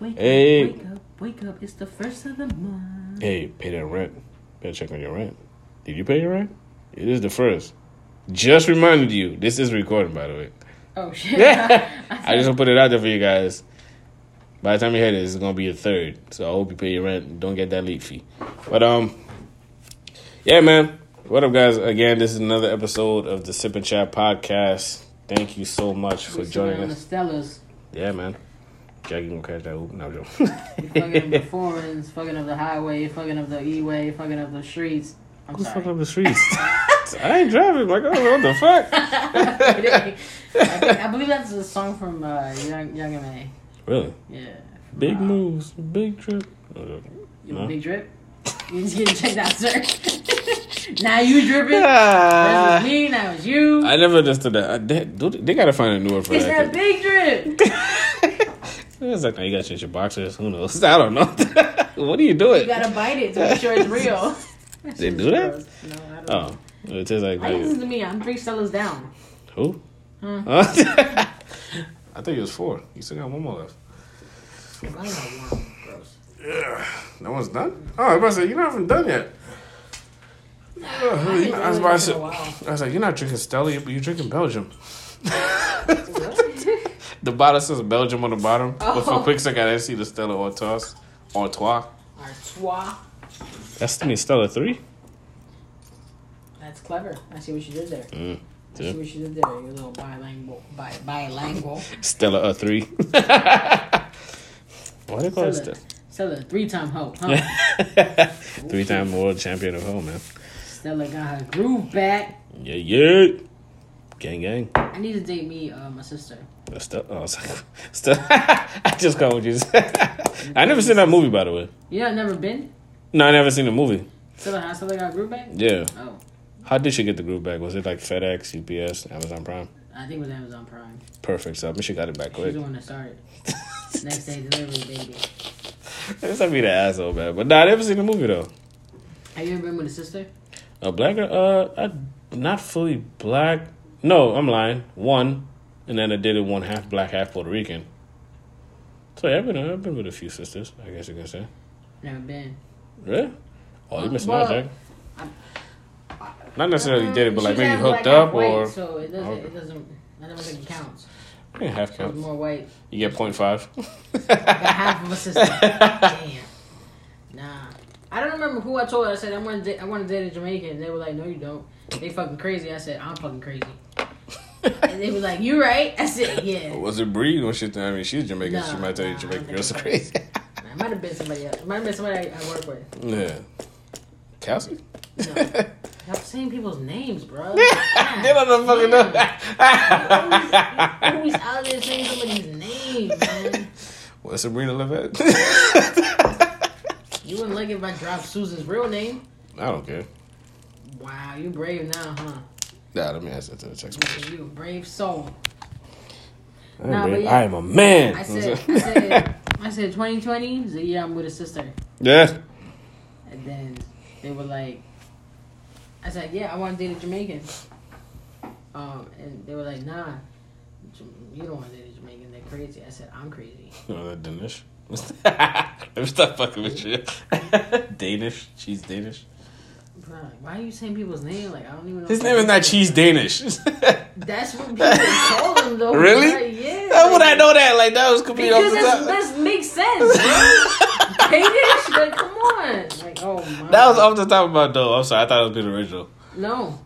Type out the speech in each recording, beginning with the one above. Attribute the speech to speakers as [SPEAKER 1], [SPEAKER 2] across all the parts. [SPEAKER 1] Wake
[SPEAKER 2] Hey.
[SPEAKER 1] up, wake up, wake up. It's the first of the month.
[SPEAKER 2] Hey, pay that rent. Better check on your rent. Did you pay your rent? It is the first. Just reminded you. This is recording, by the way.
[SPEAKER 1] Oh, shit.
[SPEAKER 2] I just want to put it out there for you guys. By the time you hear this, it's gonna be a third. So I hope you pay your rent. And don't get that late fee. But um, yeah, man. What up, guys? Again, this is another episode of the Sip and Chat podcast. Thank you so much for
[SPEAKER 1] We're
[SPEAKER 2] joining
[SPEAKER 1] on the
[SPEAKER 2] us.
[SPEAKER 1] Stellas.
[SPEAKER 2] Yeah, man. Jackie gonna catch that hoop. No joke.
[SPEAKER 1] We're fucking up the forums, fucking up the highway, fucking up the e-way, fucking up the streets. I'm
[SPEAKER 2] Who's fucking
[SPEAKER 1] sorry.
[SPEAKER 2] up the streets? I ain't driving, my God. What the fuck?
[SPEAKER 1] I, think, I believe that's a song from uh, Young, Young M.A.
[SPEAKER 2] Really?
[SPEAKER 1] Yeah. from,
[SPEAKER 2] Big
[SPEAKER 1] uh,
[SPEAKER 2] moves, big trip. No joke.
[SPEAKER 1] You
[SPEAKER 2] No?
[SPEAKER 1] Big drip. You just getting checked out, sir. now you dripping. That was
[SPEAKER 2] Ah.
[SPEAKER 1] me, that was you.
[SPEAKER 2] I never understood that. I, they, do- they gotta find a new word for
[SPEAKER 1] it's that
[SPEAKER 2] that.
[SPEAKER 1] big drip.
[SPEAKER 2] It's like, now you gotta change your boxers. Who knows? I don't know. what are you doing?
[SPEAKER 1] You gotta bite it to make sure it's real.
[SPEAKER 2] They do that?
[SPEAKER 1] Gross. No, I don't know.
[SPEAKER 2] oh, it tastes like
[SPEAKER 1] Why you
[SPEAKER 2] that.
[SPEAKER 1] listen to me? I'm three sellers down.
[SPEAKER 2] Who?
[SPEAKER 1] Huh?
[SPEAKER 2] Huh? I think it was four. You still got one more left.
[SPEAKER 1] I don't know why. Gross.
[SPEAKER 2] That one's done? Oh, I was about to say, you're not even done yet. Uh,
[SPEAKER 1] haven't
[SPEAKER 2] I was
[SPEAKER 1] done
[SPEAKER 2] about to
[SPEAKER 1] it
[SPEAKER 2] say,
[SPEAKER 1] in a while.
[SPEAKER 2] I was like, you're not drinking Stella, but you're drinking Belgium.
[SPEAKER 1] What?
[SPEAKER 2] The bottle says Belgium on the bottom, but for a
[SPEAKER 1] Oh.
[SPEAKER 2] quick second, I didn't see the Stella Artois. Artois.
[SPEAKER 1] Artois.
[SPEAKER 2] That's to me Stella 3?
[SPEAKER 1] That's clever. I see what you did there.
[SPEAKER 2] Mm,
[SPEAKER 1] I
[SPEAKER 2] yeah.
[SPEAKER 1] see what you did there. You little bilingual. Bi- bilingual.
[SPEAKER 2] Stella a 3. Why they call it Stella?
[SPEAKER 1] Stella, three time hoe, huh?
[SPEAKER 2] Three time world champion of home, man.
[SPEAKER 1] Stella got her groove back.
[SPEAKER 2] Yeah, yeah. Gang, gang.
[SPEAKER 1] I need to date me, uh, my sister.
[SPEAKER 2] That's Stella. Oh, I, was like, Stella. I just called you. I never seen that movie, by the way.
[SPEAKER 1] You know, I've never been?
[SPEAKER 2] No, I never seen the movie.
[SPEAKER 1] Stella, how Stella got her groove back?
[SPEAKER 2] Yeah.
[SPEAKER 1] Oh,
[SPEAKER 2] How did she get the group back? Was it like FedEx, UPS, Amazon Prime?
[SPEAKER 1] I think it was Amazon Prime.
[SPEAKER 2] Perfect. So I mean, she got it back
[SPEAKER 1] She's
[SPEAKER 2] quick.
[SPEAKER 1] the one that started. Next day delivery, baby.
[SPEAKER 2] That's not be the asshole, man. But nah, I never seen the movie though.
[SPEAKER 1] Have you ever been with a sister?
[SPEAKER 2] A black girl, uh, I, not fully black. No, I'm lying. One, and then I did it one half black, half Puerto Rican. So yeah, I've been I've been with a few sisters. I guess you can say.
[SPEAKER 1] Never been.
[SPEAKER 2] Really? Oh, you
[SPEAKER 1] Uh,
[SPEAKER 2] missing out,
[SPEAKER 1] well,
[SPEAKER 2] Jack. Not necessarily did it, but like maybe hooked up or
[SPEAKER 1] So it doesn't.
[SPEAKER 2] Okay.
[SPEAKER 1] It doesn't. I don't think it counts.
[SPEAKER 2] Oh. yeah, half
[SPEAKER 1] So it's
[SPEAKER 2] count.
[SPEAKER 1] more white.
[SPEAKER 2] You get point five.
[SPEAKER 1] Like half of a sister. Damn. Nah. I don't remember who I told. I said I want to. Da- I want to date a Jamaican. They were like, No, you don't. They fucking crazy. I said, I'm fucking crazy. And they were like, You right? I said, Yeah.
[SPEAKER 2] Was it Bree when she? I mean, she's Jamaican.
[SPEAKER 1] Nah,
[SPEAKER 2] she might tell you
[SPEAKER 1] nah,
[SPEAKER 2] Jamaican
[SPEAKER 1] I'm
[SPEAKER 2] girls are
[SPEAKER 1] Jamaican.
[SPEAKER 2] crazy.
[SPEAKER 1] I might have been somebody else. It might have been somebody I, I work with.
[SPEAKER 2] yeah, Cassie.
[SPEAKER 1] No. Y'all saying people's names, bro.
[SPEAKER 2] They don't fucking know.
[SPEAKER 1] Always out there saying somebody's name, man.
[SPEAKER 2] What's Sabrina live at?
[SPEAKER 1] You wouldn't like it if I dropped Susan's real name.
[SPEAKER 2] I don't care.
[SPEAKER 1] Wow, you brave now, huh?
[SPEAKER 2] Nah, let me ask that to the text message.
[SPEAKER 1] Look at You a brave soul.
[SPEAKER 2] I'm
[SPEAKER 1] Nah,
[SPEAKER 2] brave.
[SPEAKER 1] but yeah.
[SPEAKER 2] I am a man.
[SPEAKER 1] I said, I said, I said, 2020 is the year I'm with a sister.
[SPEAKER 2] yeah.
[SPEAKER 1] And then they were like, I said, yeah, I want to date a Jamaican. Um, and they were like, nah, Jam- you don't want to date a Jamaican. They're crazy. I said, I'm crazy.
[SPEAKER 2] No, that Danish. let me stop fucking with you. Danish, cheese Danish.
[SPEAKER 1] Bro, like, why are you saying people's name? Like, I don't even know.
[SPEAKER 2] His name is not cheese Danish. How
[SPEAKER 1] That's what people call him, though.
[SPEAKER 2] Really?
[SPEAKER 1] bro. Yeah.
[SPEAKER 2] would I
[SPEAKER 1] like-
[SPEAKER 2] know that? Like that was completely off
[SPEAKER 1] Because
[SPEAKER 2] the
[SPEAKER 1] this,
[SPEAKER 2] top.
[SPEAKER 1] this makes sense. bro. Danish, like come on, like oh my.
[SPEAKER 2] That was off the top of my dome. I'm sorry. I thought it was being original.
[SPEAKER 1] no.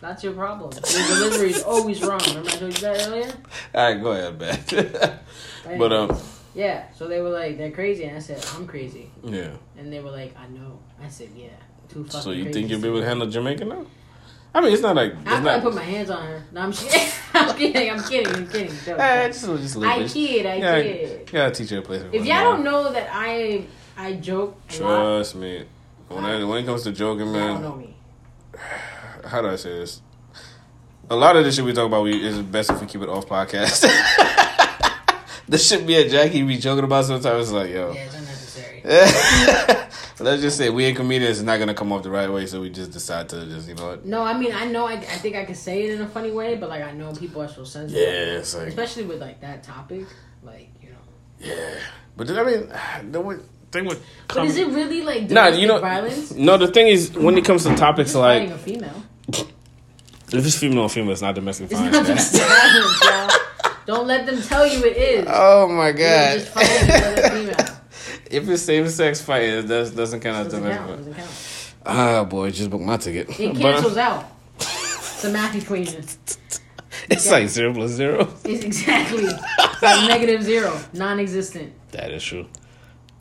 [SPEAKER 1] That's your problem. Your delivery is always wrong. Remember I told you that earlier?
[SPEAKER 2] All right, go ahead, man.
[SPEAKER 1] Like,
[SPEAKER 2] but um,
[SPEAKER 1] yeah. So they were like, they're crazy, and I said, I'm crazy,
[SPEAKER 2] yeah.
[SPEAKER 1] and they were like, I know. I said, yeah. Too fucking
[SPEAKER 2] So you
[SPEAKER 1] crazy
[SPEAKER 2] think you'll
[SPEAKER 1] to-
[SPEAKER 2] be able to handle Jamaica now? I mean, it's not like it's
[SPEAKER 1] I'm gonna
[SPEAKER 2] not.
[SPEAKER 1] put my hands on her. No, I'm kidding. I'm kidding. I'm kidding. I'm kidding. Joke.
[SPEAKER 2] Eh, just, just a little
[SPEAKER 1] I
[SPEAKER 2] bit.
[SPEAKER 1] kid. I
[SPEAKER 2] Yeah,
[SPEAKER 1] kid.
[SPEAKER 2] you gotta teach her a place.
[SPEAKER 1] If y'all don't know that I I joke a lot,
[SPEAKER 2] Trust me. When, I, when it comes to joking,
[SPEAKER 1] y'all don't
[SPEAKER 2] man,
[SPEAKER 1] know me.
[SPEAKER 2] how do I say this? A lot of the shit we talk about we, is best if we keep it off podcast. the shit me and Jackie be joking about sometimes is like, yo.
[SPEAKER 1] Yeah, it's unnecessary.
[SPEAKER 2] Let's just say we ain't comedians is not gonna come off the right way, so we just decide to just you know what?
[SPEAKER 1] No, I mean I know I, I think I can say it in a funny way, but like I know people are so sensitive,
[SPEAKER 2] Yeah, it's like
[SPEAKER 1] especially with like that topic, like you know.
[SPEAKER 2] yeah. But then, I mean, the one thing with
[SPEAKER 1] But is it really like
[SPEAKER 2] Nah,
[SPEAKER 1] domestic
[SPEAKER 2] you know,
[SPEAKER 1] violence?
[SPEAKER 2] no. The thing is, when it comes to topics
[SPEAKER 1] It's
[SPEAKER 2] like
[SPEAKER 1] like a female.
[SPEAKER 2] if it's female or female, it's not domestic
[SPEAKER 1] It's not
[SPEAKER 2] violence. man.
[SPEAKER 1] domestic violence, y'all. Don't let them tell you it is.
[SPEAKER 2] Oh my
[SPEAKER 1] You're
[SPEAKER 2] god!
[SPEAKER 1] just fighting another female.
[SPEAKER 2] if it's same sex fight, it does, doesn't count as
[SPEAKER 1] Doesn't
[SPEAKER 2] domestic.
[SPEAKER 1] count.
[SPEAKER 2] violence.
[SPEAKER 1] Doesn't count.
[SPEAKER 2] Ah, boy, just book my ticket.
[SPEAKER 1] It
[SPEAKER 2] But, uh,
[SPEAKER 1] cancels out. It's a math equation.
[SPEAKER 2] it's like zero plus zero.
[SPEAKER 1] It's exactly it's like negative zero, non-existent.
[SPEAKER 2] That is true.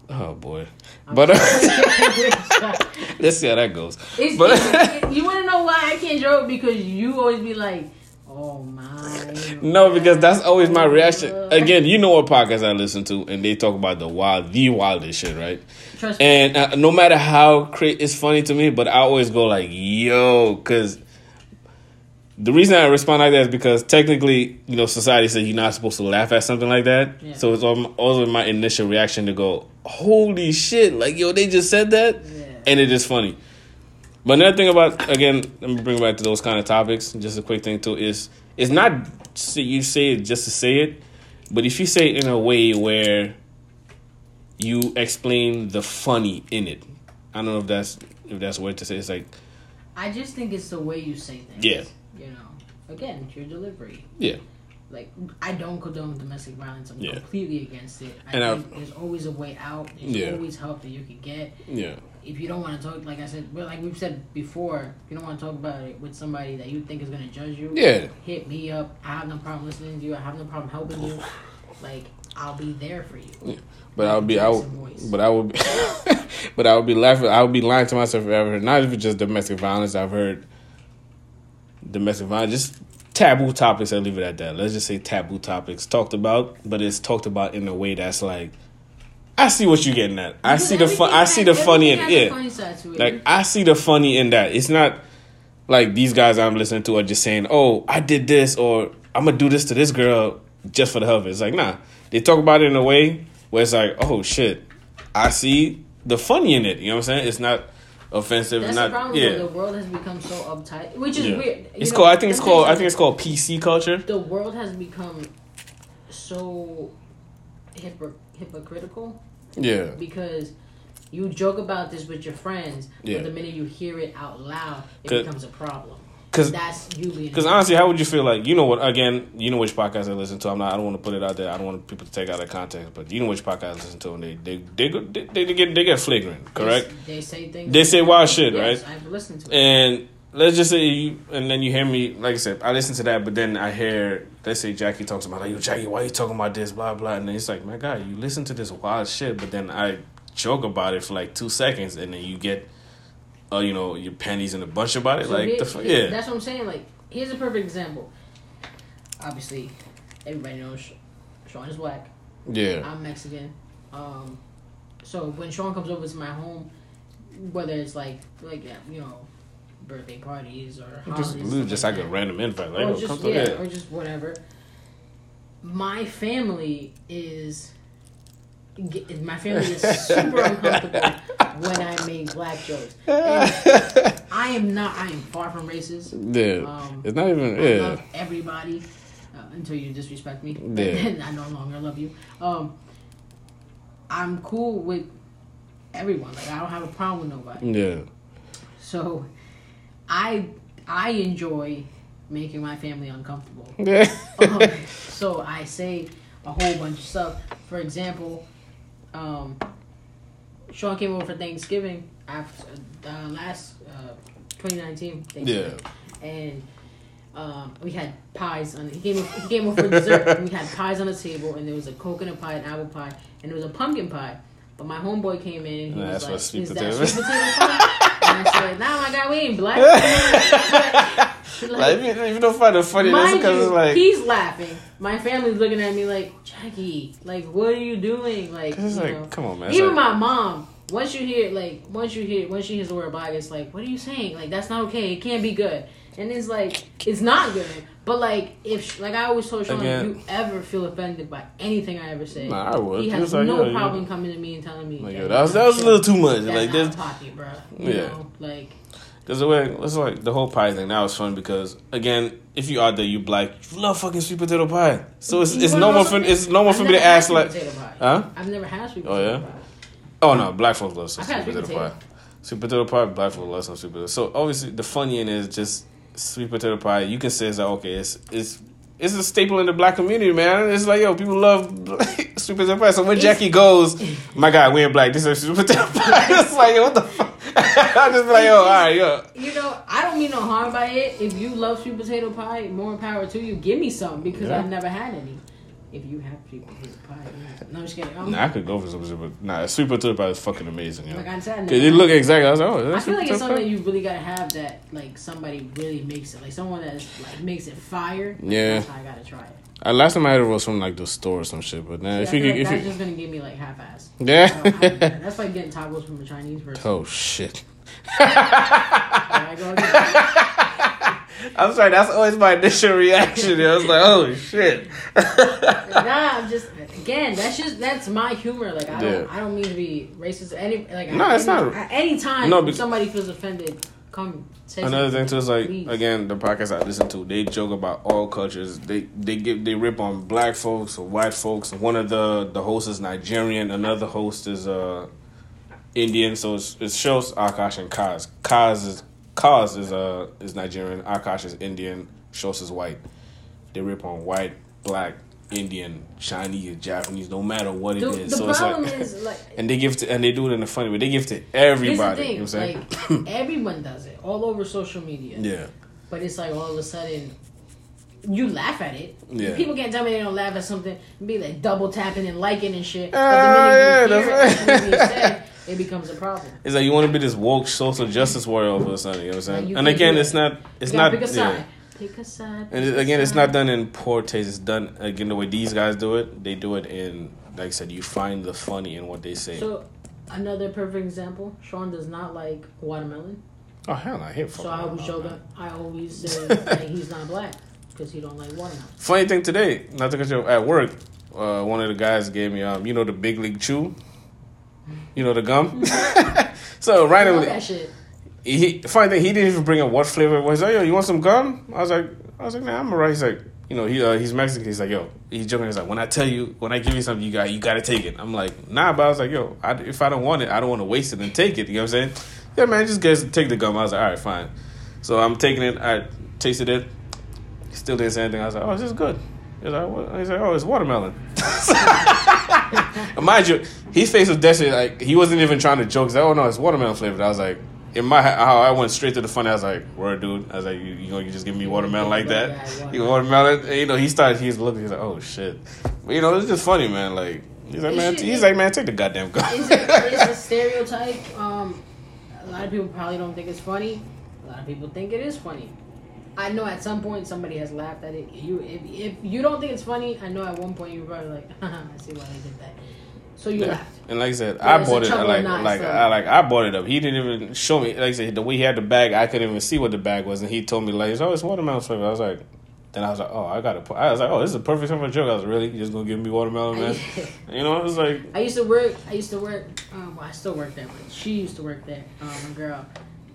[SPEAKER 2] Oh boy, but uh,
[SPEAKER 1] it's,
[SPEAKER 2] let's see how that goes.
[SPEAKER 1] but
[SPEAKER 2] But
[SPEAKER 1] you want to know why I can't joke because you always be like, "Oh my."
[SPEAKER 2] no, because that's always my reaction.
[SPEAKER 1] God."
[SPEAKER 2] Again, you know what podcast I listen to, and they talk about the wild, the wildest shit, right?
[SPEAKER 1] Trust me.
[SPEAKER 2] And uh, no matter how cra- it's funny to me, but I always go like, "Yo," because the reason I respond like that is because technically, you know, society says you're not supposed to laugh at something like that.
[SPEAKER 1] Yeah.
[SPEAKER 2] So it's al- also my initial reaction to go, "Holy shit!" Like, yo, they just said that,
[SPEAKER 1] Yeah.
[SPEAKER 2] and it is funny. But another thing about again, let me bring back to those kind of topics. Just a quick thing too is it's not so you say it just to say it, but if you say it in a way where you explain the funny in it, I don't know if that's if that's a word to say. It's like
[SPEAKER 1] I just think it's the way you say things.
[SPEAKER 2] Yeah.
[SPEAKER 1] You know, again, it's your delivery.
[SPEAKER 2] yeah,
[SPEAKER 1] Like I don't condone domestic violence. I'm
[SPEAKER 2] Yeah.
[SPEAKER 1] completely against it. I
[SPEAKER 2] And I-
[SPEAKER 1] think there's always a way out. There's
[SPEAKER 2] Yeah.
[SPEAKER 1] always help that you can get.
[SPEAKER 2] yeah,
[SPEAKER 1] if you don't want to talk, like I said, but like we've said before, if you don't want to talk about it with somebody that you think is gonna judge you,
[SPEAKER 2] Yeah.
[SPEAKER 1] hit me up. I have no problem listening to you. I have no problem helping you. Like I'll be there for you.
[SPEAKER 2] But I would be I
[SPEAKER 1] Jackson voice.
[SPEAKER 2] would, but I would, be, but I would be laughing. I would be lying to myself if I ever heard. Not if it's just domestic violence. I've heard domestic violence, just taboo topics. I leave it at that. Let's just say taboo topics talked about, but it's talked about in a way that's like, I see what you're getting at. I see the
[SPEAKER 1] Everything
[SPEAKER 2] fun. I see the
[SPEAKER 1] has-
[SPEAKER 2] funny in
[SPEAKER 1] everything has a
[SPEAKER 2] it.
[SPEAKER 1] funny side to it.
[SPEAKER 2] Like I see the funny in that. It's not like these guys I'm listening to are just saying, "Oh, I did this," or "I'm gonna do this to this girl just for the hell of it." It's like, nah. They talk about it in a way where it's like, "Oh shit, I see the funny in it." You know what I'm saying? It's not offensive.
[SPEAKER 1] that's
[SPEAKER 2] It's
[SPEAKER 1] the
[SPEAKER 2] not
[SPEAKER 1] problem.
[SPEAKER 2] yeah.
[SPEAKER 1] Yeah. The world has become so uptight, which is
[SPEAKER 2] yeah.
[SPEAKER 1] weird. You
[SPEAKER 2] It's
[SPEAKER 1] know,
[SPEAKER 2] called. I think it's
[SPEAKER 1] that's
[SPEAKER 2] called.
[SPEAKER 1] like-
[SPEAKER 2] I think it's called PC culture.
[SPEAKER 1] the world has become so hypocr- hypocritical.
[SPEAKER 2] Yeah.
[SPEAKER 1] because you joke about this with your friends,
[SPEAKER 2] Yeah.
[SPEAKER 1] but the minute you hear it out loud, it
[SPEAKER 2] 'Cause-
[SPEAKER 1] becomes a problem.
[SPEAKER 2] 'cause-
[SPEAKER 1] that's you being.
[SPEAKER 2] Because honestly, how would you feel like you know what? Again, you know which podcast I listen to. I'm not. I don't want to put it out there. I don't want people to take it out of context. But you know which podcast I listen to, and they they they go- they, they, they get they get flagrant, correct?
[SPEAKER 1] They, say things.
[SPEAKER 2] They say wild shit,
[SPEAKER 1] Yes,
[SPEAKER 2] right?
[SPEAKER 1] I've listened to it.
[SPEAKER 2] And let's just say you, and then you hear me. Like I said, I listen to that, but then I hear let's say Jackie talks about like, "Yo, Jackie, why you talking about this?" Blah blah, and then it's like, "My God, you listen to this wild shit," but then I joke about it for like two seconds, and then you get, uh, you know, your panties in a bunch about it.
[SPEAKER 1] So
[SPEAKER 2] like
[SPEAKER 1] here-
[SPEAKER 2] the fuck,
[SPEAKER 1] here-
[SPEAKER 2] yeah,
[SPEAKER 1] That's what I'm saying. Like, here's a perfect example. Obviously, everybody knows Sh- Sean is black.
[SPEAKER 2] yeah,
[SPEAKER 1] I'm Mexican. Um, so when Sean comes over to my home, whether it's like like you know, birthday parties or holidays,
[SPEAKER 2] just
[SPEAKER 1] stuff
[SPEAKER 2] just
[SPEAKER 1] like
[SPEAKER 2] like
[SPEAKER 1] that.
[SPEAKER 2] a random invite, like,
[SPEAKER 1] or
[SPEAKER 2] oh, come
[SPEAKER 1] just
[SPEAKER 2] to
[SPEAKER 1] yeah,
[SPEAKER 2] yeah.
[SPEAKER 1] or just whatever. My family is g- my family is super uncomfortable when I make black jokes. And I am not. I am far from racist.
[SPEAKER 2] Yeah,
[SPEAKER 1] Um,
[SPEAKER 2] it's not even.
[SPEAKER 1] I
[SPEAKER 2] Yeah,
[SPEAKER 1] love everybody uh, until you disrespect me.
[SPEAKER 2] Yeah.
[SPEAKER 1] Then I no longer love you. Um, I'm cool with everyone. Like I don't have a problem with nobody.
[SPEAKER 2] yeah,
[SPEAKER 1] So, I I enjoy making my family uncomfortable.
[SPEAKER 2] yeah.
[SPEAKER 1] Um, so I say a whole bunch of stuff. For example, um, Sean came over for Thanksgiving after uh, last uh, 2019. Thanksgiving. And um, we had pies on. He came. He came over for dessert. and we had pies on the table, and there was a coconut pie, an apple pie, and there was a pumpkin pie. But my homeboy came in and he
[SPEAKER 2] And
[SPEAKER 1] was
[SPEAKER 2] that's
[SPEAKER 1] like,
[SPEAKER 2] what sweet
[SPEAKER 1] "Is
[SPEAKER 2] potato
[SPEAKER 1] that
[SPEAKER 2] is."
[SPEAKER 1] sweet potato pie?" and I said, "Nah, my God, we ain't black."
[SPEAKER 2] like if you, if you don't find it funny, that's
[SPEAKER 1] Mind
[SPEAKER 2] because
[SPEAKER 1] you,
[SPEAKER 2] it's like.
[SPEAKER 1] he's laughing. My family's looking at me like, Jackie, like, what are you doing? Like,
[SPEAKER 2] It's
[SPEAKER 1] you
[SPEAKER 2] like,
[SPEAKER 1] know.
[SPEAKER 2] come on, man. It's
[SPEAKER 1] even my
[SPEAKER 2] like-
[SPEAKER 1] mom. Once you hear, like, once you hear, once she hears the word black, it's like, what are you saying? Like, that's not okay. It can't be good. And it's like, it's not good. But like, if like I always told Sean,
[SPEAKER 2] Again.
[SPEAKER 1] if you ever feel offended by anything I ever say,
[SPEAKER 2] Nah, I would.
[SPEAKER 1] he
[SPEAKER 2] He
[SPEAKER 1] has
[SPEAKER 2] was like,
[SPEAKER 1] no
[SPEAKER 2] yo, you-
[SPEAKER 1] problem coming to me and telling me
[SPEAKER 2] Like, yo, that was that was a
[SPEAKER 1] shit,
[SPEAKER 2] little too much.
[SPEAKER 1] that's
[SPEAKER 2] Like
[SPEAKER 1] out
[SPEAKER 2] this,
[SPEAKER 1] of pocket, bro. You
[SPEAKER 2] Yeah.
[SPEAKER 1] know, like
[SPEAKER 2] Because the way it's like the whole pie thing that was fun because again, if you out there, you black, you love fucking sweet potato pie. So it's
[SPEAKER 1] You
[SPEAKER 2] it's
[SPEAKER 1] wanna know
[SPEAKER 2] normal for
[SPEAKER 1] something?
[SPEAKER 2] it's normal
[SPEAKER 1] I've
[SPEAKER 2] for me to
[SPEAKER 1] never had
[SPEAKER 2] ask
[SPEAKER 1] sweet
[SPEAKER 2] like,
[SPEAKER 1] potato pie.
[SPEAKER 2] huh?
[SPEAKER 1] I've never had sweet
[SPEAKER 2] Oh,
[SPEAKER 1] potato
[SPEAKER 2] yeah?
[SPEAKER 1] pie.
[SPEAKER 2] Oh no, black folks love some
[SPEAKER 1] I've had
[SPEAKER 2] sweet potato
[SPEAKER 1] sweet
[SPEAKER 2] pie. Sweet potato pie, black folks love some sweet potato. So obviously the funny in is just sweet potato pie. You can say it's like okay, it's it's. It's a staple in the black community, man. It's like yo, people love sweet potato pie. So when
[SPEAKER 1] It's-
[SPEAKER 2] Jackie goes, my God, we ain't black. This is sweet potato pie. It's like yo, what the fuck? I just be like yo, all right, yo.
[SPEAKER 1] You know, I don't mean no harm by it. If you love sweet potato pie, more power to you. Give me some because
[SPEAKER 2] Yeah.
[SPEAKER 1] I've never had any. If you have sweet potato pie, yeah. no, I'm just kidding. Um,
[SPEAKER 2] Nah, I could go for some shit, but nah, sweet potato pie is fucking amazing, yo.
[SPEAKER 1] Like I said, I
[SPEAKER 2] Cause it
[SPEAKER 1] never-
[SPEAKER 2] look exactly. I was like, oh,
[SPEAKER 1] I
[SPEAKER 2] that's
[SPEAKER 1] feel like it's
[SPEAKER 2] sweet potato
[SPEAKER 1] something
[SPEAKER 2] pie?
[SPEAKER 1] you really gotta have that like somebody really makes it, like someone that like makes it fire.
[SPEAKER 2] Yeah.
[SPEAKER 1] that's how I gotta try it.
[SPEAKER 2] Uh, last time I had it was from like the store or some shit, but nah,
[SPEAKER 1] Yeah,
[SPEAKER 2] if
[SPEAKER 1] I
[SPEAKER 2] you
[SPEAKER 1] feel
[SPEAKER 2] could,
[SPEAKER 1] like
[SPEAKER 2] if
[SPEAKER 1] that's
[SPEAKER 2] you,
[SPEAKER 1] just gonna give me like half ass.
[SPEAKER 2] yeah.
[SPEAKER 1] that's like getting tacos from a Chinese person.
[SPEAKER 2] oh shit.
[SPEAKER 1] I go again.
[SPEAKER 2] I'm sorry. That's always my initial reaction. yo. I was like, oh shit.
[SPEAKER 1] nah, I'm just again. That's just that's my humor. Like I don't,
[SPEAKER 2] Yeah.
[SPEAKER 1] I don't mean to be racist. Any like
[SPEAKER 2] No,
[SPEAKER 1] I,
[SPEAKER 2] it's
[SPEAKER 1] any,
[SPEAKER 2] not.
[SPEAKER 1] At any time,
[SPEAKER 2] No,
[SPEAKER 1] if
[SPEAKER 2] because-
[SPEAKER 1] somebody feels offended, come say
[SPEAKER 2] Another thing too
[SPEAKER 1] something.
[SPEAKER 2] is like
[SPEAKER 1] Please.
[SPEAKER 2] again the podcast I listen to they joke about all cultures they they give they rip on black folks or white folks one of the the hosts is Nigerian another host is uh Indian so it's, it shows Akash and Kaz Kaz is Kaz is uh is Nigerian Akash is Indian Shos is white they rip on white black Indian Chinese Japanese no matter what it
[SPEAKER 1] The,
[SPEAKER 2] is
[SPEAKER 1] the
[SPEAKER 2] so it's
[SPEAKER 1] problem
[SPEAKER 2] like
[SPEAKER 1] is like
[SPEAKER 2] and they give to and they do it in a funny way they give to everybody you know
[SPEAKER 1] Here's
[SPEAKER 2] what
[SPEAKER 1] the
[SPEAKER 2] I'm
[SPEAKER 1] thing,
[SPEAKER 2] saying
[SPEAKER 1] like everyone does it all over social media.
[SPEAKER 2] yeah
[SPEAKER 1] But it's like all of a sudden you laugh at it.
[SPEAKER 2] Yeah.
[SPEAKER 1] People can't tell me they don't laugh at something and be like double tapping and liking and shit.
[SPEAKER 2] Ah,
[SPEAKER 1] but the minute you
[SPEAKER 2] yeah,
[SPEAKER 1] hear
[SPEAKER 2] that's
[SPEAKER 1] it, the minute you
[SPEAKER 2] right.
[SPEAKER 1] say it, it becomes a problem.
[SPEAKER 2] It's like you want to be this woke social justice warrior all of a sudden. You know what I'm saying?
[SPEAKER 1] Like, you
[SPEAKER 2] and
[SPEAKER 1] can't
[SPEAKER 2] again,
[SPEAKER 1] do it.
[SPEAKER 2] it's not. It's
[SPEAKER 1] You gotta
[SPEAKER 2] not.
[SPEAKER 1] pick a
[SPEAKER 2] yeah.
[SPEAKER 1] side. Pick a side.
[SPEAKER 2] And
[SPEAKER 1] pick
[SPEAKER 2] it-
[SPEAKER 1] a
[SPEAKER 2] again, it's
[SPEAKER 1] side.
[SPEAKER 2] not done in poor taste. It's done again the way these guys do it. They do it in, like I said, you find the funny in what they say.
[SPEAKER 1] So another perfect example: Sean does not like watermelon,
[SPEAKER 2] oh hell, no, I hate fucking.
[SPEAKER 1] so I always
[SPEAKER 2] Obama,
[SPEAKER 1] joke.
[SPEAKER 2] man.
[SPEAKER 1] him- I always say that he's not black because he don't like watermelon.
[SPEAKER 2] Funny thing today, not to cut you at work, uh, one of the guys gave me um, you know the big league chew, you know the gum. so
[SPEAKER 1] I love
[SPEAKER 2] randomly,
[SPEAKER 1] that shit.
[SPEAKER 2] he funny thing he didn't even bring up what flavor it was. He's like, yo, you want some gum? I was like, I was like, nah, I'm alright. He's like, you know, he uh, he's Mexican. He's like, yo, he's joking. He's like, when I tell you, when I give you something, you got you got to take it. I'm like, nah, but I was like, yo, I, if I don't want it, I don't want to waste it and take it. You know what I'm saying? Yeah, man, just guess take the gum. I was like, all right, fine. So I'm taking it. I tasted it. Still didn't say anything. I was like, oh, this is good. He's like, what? he's like, oh, it's watermelon. And Mind you, his face was desperate. Like he wasn't even trying to joke. He's like, oh no, it's watermelon flavored. I was like, in my how I went straight to the funny. I was like, word, dude. I was like, you, you gonna just give me watermelon like that? You watermelon? And, you know, he started. He was looking. He's like, oh shit. But, you know, it's just funny, man. Like he's like, man, he's like, man, take the goddamn gun.
[SPEAKER 1] It's a, it's a stereotype. Um, a lot of people probably don't think it's funny. A lot of people think it is funny. I know at some point somebody has laughed at it. You, if, if you don't think it's funny, I know at one point you were probably like, I see why they did that. So you
[SPEAKER 2] Yeah.
[SPEAKER 1] laughed.
[SPEAKER 2] And like I said,
[SPEAKER 1] Yeah,
[SPEAKER 2] I
[SPEAKER 1] it's
[SPEAKER 2] bought
[SPEAKER 1] a
[SPEAKER 2] it
[SPEAKER 1] trouble
[SPEAKER 2] like
[SPEAKER 1] knot,
[SPEAKER 2] like
[SPEAKER 1] so-
[SPEAKER 2] I like I bought it up. He didn't even show me. Like I said, the way he had the bag, I couldn't even see what the bag was, and he told me like, "Oh, it's watermelon flavor." I was like, then I was like, "Oh, I got to." I was like, "Oh, this is a perfect time for a joke." I was really you just gonna give me watermelon, man. you know, it was like,
[SPEAKER 1] I used to work. I used to work. Um, well, I still work there, but she used to work there. Um, a girl,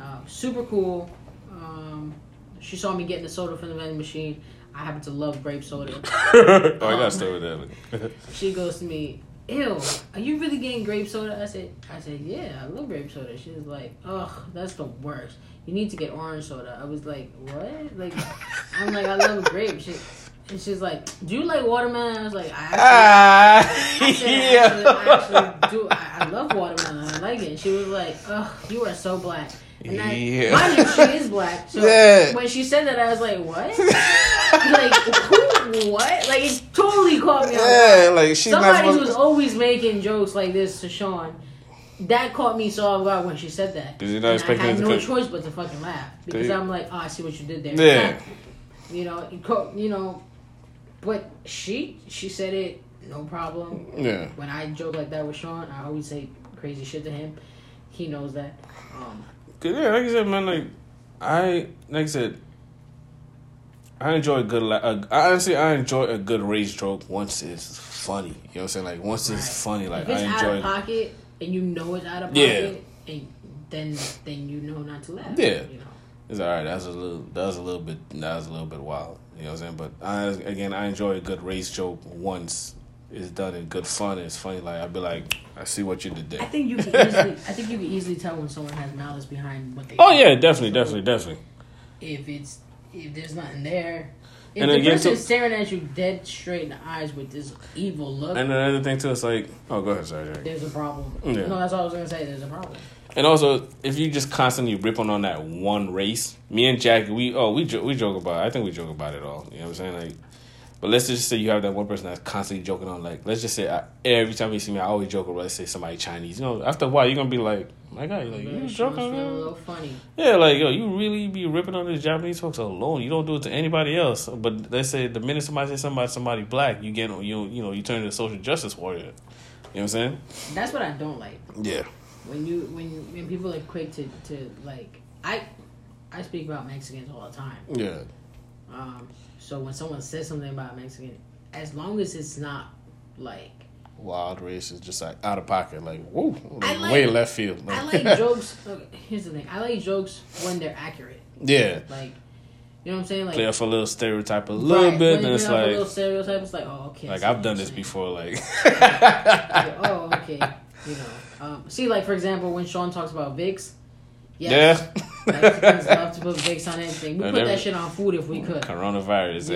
[SPEAKER 1] uh, super cool. Um, she saw me getting the soda from the vending machine. I happen to love grape soda.
[SPEAKER 2] "Oh, I gotta stay with that."
[SPEAKER 1] She goes to me, Ew, are you really getting grape soda? I said, I said, yeah, I love grape soda. She was like, ugh, that's the worst. You need to get orange soda. I was like, what? Like, I'm like, I love grape. She, and she's like, do you like watermelon? I was like, I actually,
[SPEAKER 2] ah,
[SPEAKER 1] I said, I actually, I actually do. I, I love watermelon. I like it. And she was like, ugh, you are so black. And I,
[SPEAKER 2] Yeah.
[SPEAKER 1] mind you, she is black. So
[SPEAKER 2] Yeah.
[SPEAKER 1] when she said that, I was like, what? like, who, what? Like, it totally caught me off guard.
[SPEAKER 2] yeah, like she's not
[SPEAKER 1] Somebody
[SPEAKER 2] supposed.
[SPEAKER 1] who's always making jokes like this to Sean, that caught me so off guard when she said that.
[SPEAKER 2] 'Cause you're not
[SPEAKER 1] And I
[SPEAKER 2] expecting it
[SPEAKER 1] had
[SPEAKER 2] to
[SPEAKER 1] no
[SPEAKER 2] cut-
[SPEAKER 1] choice but to fucking laugh because
[SPEAKER 2] you-
[SPEAKER 1] I'm like, oh, I see what you did there.
[SPEAKER 2] Yeah.
[SPEAKER 1] You know, you, co- you know, but she she said it no problem.
[SPEAKER 2] yeah,
[SPEAKER 1] When I joke like that with Sean, I always say crazy shit to him. He knows that. Um,
[SPEAKER 2] 'Cause, yeah, like I said, man, like I like I said, I enjoy a good. la- uh, I honestly, I enjoy a good race joke once it's funny. You know what I'm saying? Like once
[SPEAKER 1] Right.
[SPEAKER 2] it's funny, like
[SPEAKER 1] if it's
[SPEAKER 2] I
[SPEAKER 1] out
[SPEAKER 2] enjoy.
[SPEAKER 1] of pocket and you know it's out of
[SPEAKER 2] Yeah.
[SPEAKER 1] pocket, and then then you know not to laugh.
[SPEAKER 2] Yeah.
[SPEAKER 1] You know.
[SPEAKER 2] It's all right. That's a little. That was a little bit. That was a little bit wild. You know what I'm saying? But I, again, I enjoy a good race joke once it's done in good fun. And it's funny. Like I'd be like, I see what you did
[SPEAKER 1] I
[SPEAKER 2] there.
[SPEAKER 1] think you can easily. I think you can easily tell when someone has malice behind what they.
[SPEAKER 2] Oh yeah, definitely, definitely, definitely.
[SPEAKER 1] If it's if there's nothing there, if
[SPEAKER 2] And
[SPEAKER 1] the
[SPEAKER 2] again,
[SPEAKER 1] person's
[SPEAKER 2] too-
[SPEAKER 1] staring at you dead straight in the eyes with this evil look,
[SPEAKER 2] And another thing too, it's like, oh, go ahead, sorry. sorry.
[SPEAKER 1] there's a problem.
[SPEAKER 2] Yeah.
[SPEAKER 1] No, that's all I was gonna say. There's a problem.
[SPEAKER 2] And also, if you just constantly ripping on that one race, me and Jack, we oh we jo- we joke about. It. I think we joke about it all. You know what I'm saying? Like, but let's just say you have that one person that's constantly joking on. Like, let's just say I, every time you see me, I always joke about. Let's say somebody Chinese. You know, after a while, you're gonna be like, my God, like you
[SPEAKER 1] It's
[SPEAKER 2] joking.
[SPEAKER 1] a
[SPEAKER 2] Man.
[SPEAKER 1] little funny.
[SPEAKER 2] Yeah, like yo, you really be ripping on these Japanese folks alone. You don't do it to anybody else. But they say the minute somebody says somebody somebody black, you get you you know you turn into a social justice warrior. You know what I'm saying?
[SPEAKER 1] That's what I don't like.
[SPEAKER 2] Yeah.
[SPEAKER 1] when you when when people are quick to to like I I speak about Mexicans all the time.
[SPEAKER 2] Yeah.
[SPEAKER 1] Um, so when someone says something about a Mexican, as long as it's not like
[SPEAKER 2] Wild racist, just like out of pocket, like whoa,
[SPEAKER 1] I like-
[SPEAKER 2] way left field.
[SPEAKER 1] I like jokes. Look, here's the thing: I like jokes when they're accurate.
[SPEAKER 2] yeah,
[SPEAKER 1] Like, you know what I'm saying? Like
[SPEAKER 2] play off a little stereotype a little
[SPEAKER 1] right,
[SPEAKER 2] bit,
[SPEAKER 1] when
[SPEAKER 2] and
[SPEAKER 1] you
[SPEAKER 2] it's
[SPEAKER 1] have a little
[SPEAKER 2] like
[SPEAKER 1] stereotype. It's like, oh, okay. I
[SPEAKER 2] like
[SPEAKER 1] see what
[SPEAKER 2] I've done
[SPEAKER 1] you're
[SPEAKER 2] this
[SPEAKER 1] saying.
[SPEAKER 2] before, like
[SPEAKER 1] Like, oh, okay. You know. Um, see, like for example, when Sean talks about Vicks. Yes.
[SPEAKER 2] yeah,
[SPEAKER 1] Mexicans love to put Vicks on anything. We
[SPEAKER 2] No,
[SPEAKER 1] put
[SPEAKER 2] they-
[SPEAKER 1] that shit on food if we could.
[SPEAKER 2] coronavirus.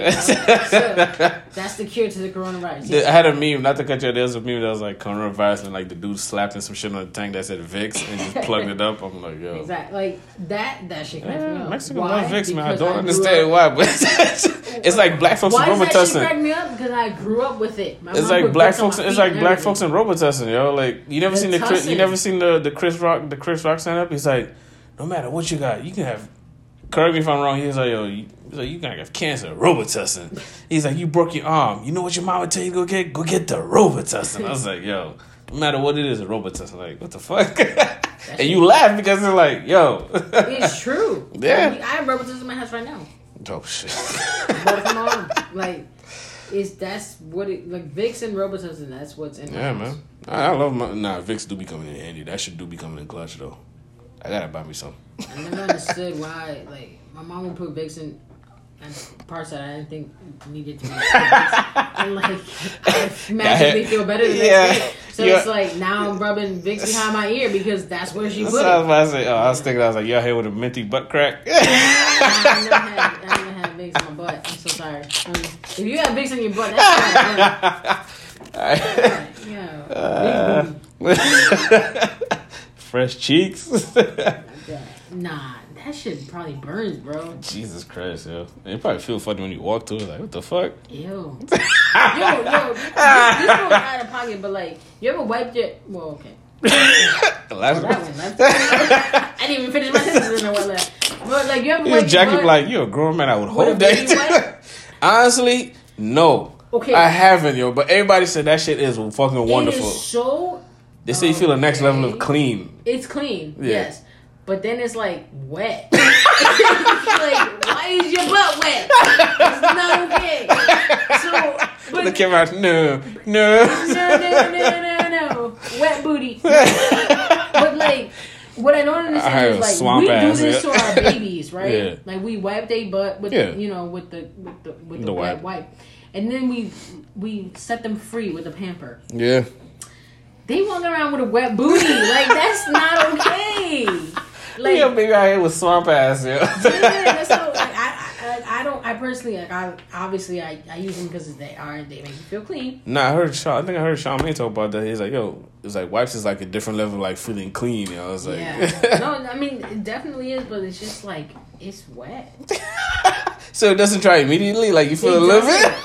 [SPEAKER 1] Yeah. That's the cure to the coronavirus.
[SPEAKER 2] The- I had a meme, not to cut you. There was a meme that was like coronavirus, and like the dude slapping some shit on the tank that said Vicks and just plugged it up. I'm like, yo,
[SPEAKER 1] Exactly. Like that. That shit cracks me
[SPEAKER 2] Yeah,
[SPEAKER 1] up.
[SPEAKER 2] Mexico
[SPEAKER 1] Why?
[SPEAKER 2] love Vicks, man. I
[SPEAKER 1] Because
[SPEAKER 2] don't
[SPEAKER 1] grew
[SPEAKER 2] understand
[SPEAKER 1] up-
[SPEAKER 2] why, but it's like black folks
[SPEAKER 1] Why
[SPEAKER 2] and
[SPEAKER 1] does that shit
[SPEAKER 2] Robitussin.
[SPEAKER 1] crack me up? Because I grew up with it. My
[SPEAKER 2] It's
[SPEAKER 1] mom
[SPEAKER 2] like
[SPEAKER 1] put
[SPEAKER 2] black
[SPEAKER 1] Vicks on
[SPEAKER 2] folks.
[SPEAKER 1] my
[SPEAKER 2] It's
[SPEAKER 1] feet
[SPEAKER 2] like
[SPEAKER 1] and
[SPEAKER 2] black
[SPEAKER 1] everything.
[SPEAKER 2] folks and Robitussin, yo. Like you never seen the Chris, you
[SPEAKER 1] Robitussin.
[SPEAKER 2] never seen the the Chris Rock the Chris Rock stand up. He's like, no matter what you got, you can have. Correct me if I'm wrong. He's like, yo, you, he's like, you gonna have cancer, Robitussin. He's like, you broke your arm. You know what your mama tell you to go get? Go get the Robitussin. I was like, yo, no matter what it is, a Robitussin. Like, what the fuck? and you laugh because it's like, yo,
[SPEAKER 1] It's true.
[SPEAKER 2] Yeah.
[SPEAKER 1] Like, I have robotism in my house right now.
[SPEAKER 2] oh shit.
[SPEAKER 1] But come on, like, it's that's what it like. Vicks and robotism. That's what's in. my
[SPEAKER 2] Yeah,
[SPEAKER 1] house.
[SPEAKER 2] man. I, I love my nah. Vicks do be coming in handy. That shit do be coming in clutch though. I gotta buy me some.
[SPEAKER 1] I never understood why. Like, my mom would put Vicks in. and Parts that I didn't think needed to be, and like it magically feel better the next
[SPEAKER 2] Yeah.
[SPEAKER 1] day. So
[SPEAKER 2] Yeah.
[SPEAKER 1] it's like now I'm rubbing Vicks behind my ear because that's where she
[SPEAKER 2] That's
[SPEAKER 1] put
[SPEAKER 2] what
[SPEAKER 1] it.
[SPEAKER 2] I was about to say. Oh, I was thinking, I was like, y'all here with a minty butt crack?
[SPEAKER 1] I never had, I never had Vicks in my butt. I'm so sorry. Um, if you had Vicks in your butt, that's
[SPEAKER 2] Alright.
[SPEAKER 1] fine. Yeah,
[SPEAKER 2] Uh,
[SPEAKER 1] Big
[SPEAKER 2] Fresh cheeks.
[SPEAKER 1] booty. Yeah. Nah, that shit probably burns, bro.
[SPEAKER 2] Jesus Christ, yo. It probably feel funny when you walk to it. Like, what the fuck?
[SPEAKER 1] Ew. yo, yo, this, this one's out of pocket, but like, you ever wiped your? Well, okay.
[SPEAKER 2] Last
[SPEAKER 1] That one left. I didn't even finish my sentence. I don't know what left. But like you ever
[SPEAKER 2] Even
[SPEAKER 1] like
[SPEAKER 2] Jackie be like, you a grown man. I would
[SPEAKER 1] With a
[SPEAKER 2] hope
[SPEAKER 1] baby wipe?
[SPEAKER 2] that. Honestly, no.
[SPEAKER 1] Okay.
[SPEAKER 2] I haven't, yo. But everybody said that shit is fucking wonderful.
[SPEAKER 1] It is so
[SPEAKER 2] they say you feel the next level of
[SPEAKER 1] okay.
[SPEAKER 2] clean.
[SPEAKER 1] it's clean.
[SPEAKER 2] Yeah.
[SPEAKER 1] Yes. But then it's like wet. like why is your butt wet? It's not okay. So but
[SPEAKER 2] Look at my no, no.
[SPEAKER 1] no no no no no wet booty. but like what I don't
[SPEAKER 2] I
[SPEAKER 1] understand
[SPEAKER 2] have a
[SPEAKER 1] is like
[SPEAKER 2] swamp
[SPEAKER 1] we
[SPEAKER 2] ass,
[SPEAKER 1] do this
[SPEAKER 2] yeah.
[SPEAKER 1] to our babies, right?
[SPEAKER 2] Yeah.
[SPEAKER 1] Like we wipe their butt with
[SPEAKER 2] Yeah.
[SPEAKER 1] you know with the with the with the,
[SPEAKER 2] The
[SPEAKER 1] wet
[SPEAKER 2] wipe.
[SPEAKER 1] wipe, and then we we set them free with a pamper.
[SPEAKER 2] yeah.
[SPEAKER 1] They walk around with a wet booty, like that's not okay. Like
[SPEAKER 2] yeah, baby out here with swamp ass, yo.
[SPEAKER 1] yeah, that's not- like, I, I, like, I don't. I personally, like, I obviously, I, I use them because they are they make you feel clean.
[SPEAKER 2] Nah, I heard Sean. I think I heard Sean May talk about that. He's like, yo, it's like wipes is like a different level, of like feeling clean. You know? I was like,
[SPEAKER 1] Yeah. no, I mean it definitely is, but it's just like it's wet.
[SPEAKER 2] so it doesn't try immediately. Like you feel
[SPEAKER 1] It
[SPEAKER 2] a little
[SPEAKER 1] doesn't.
[SPEAKER 2] bit.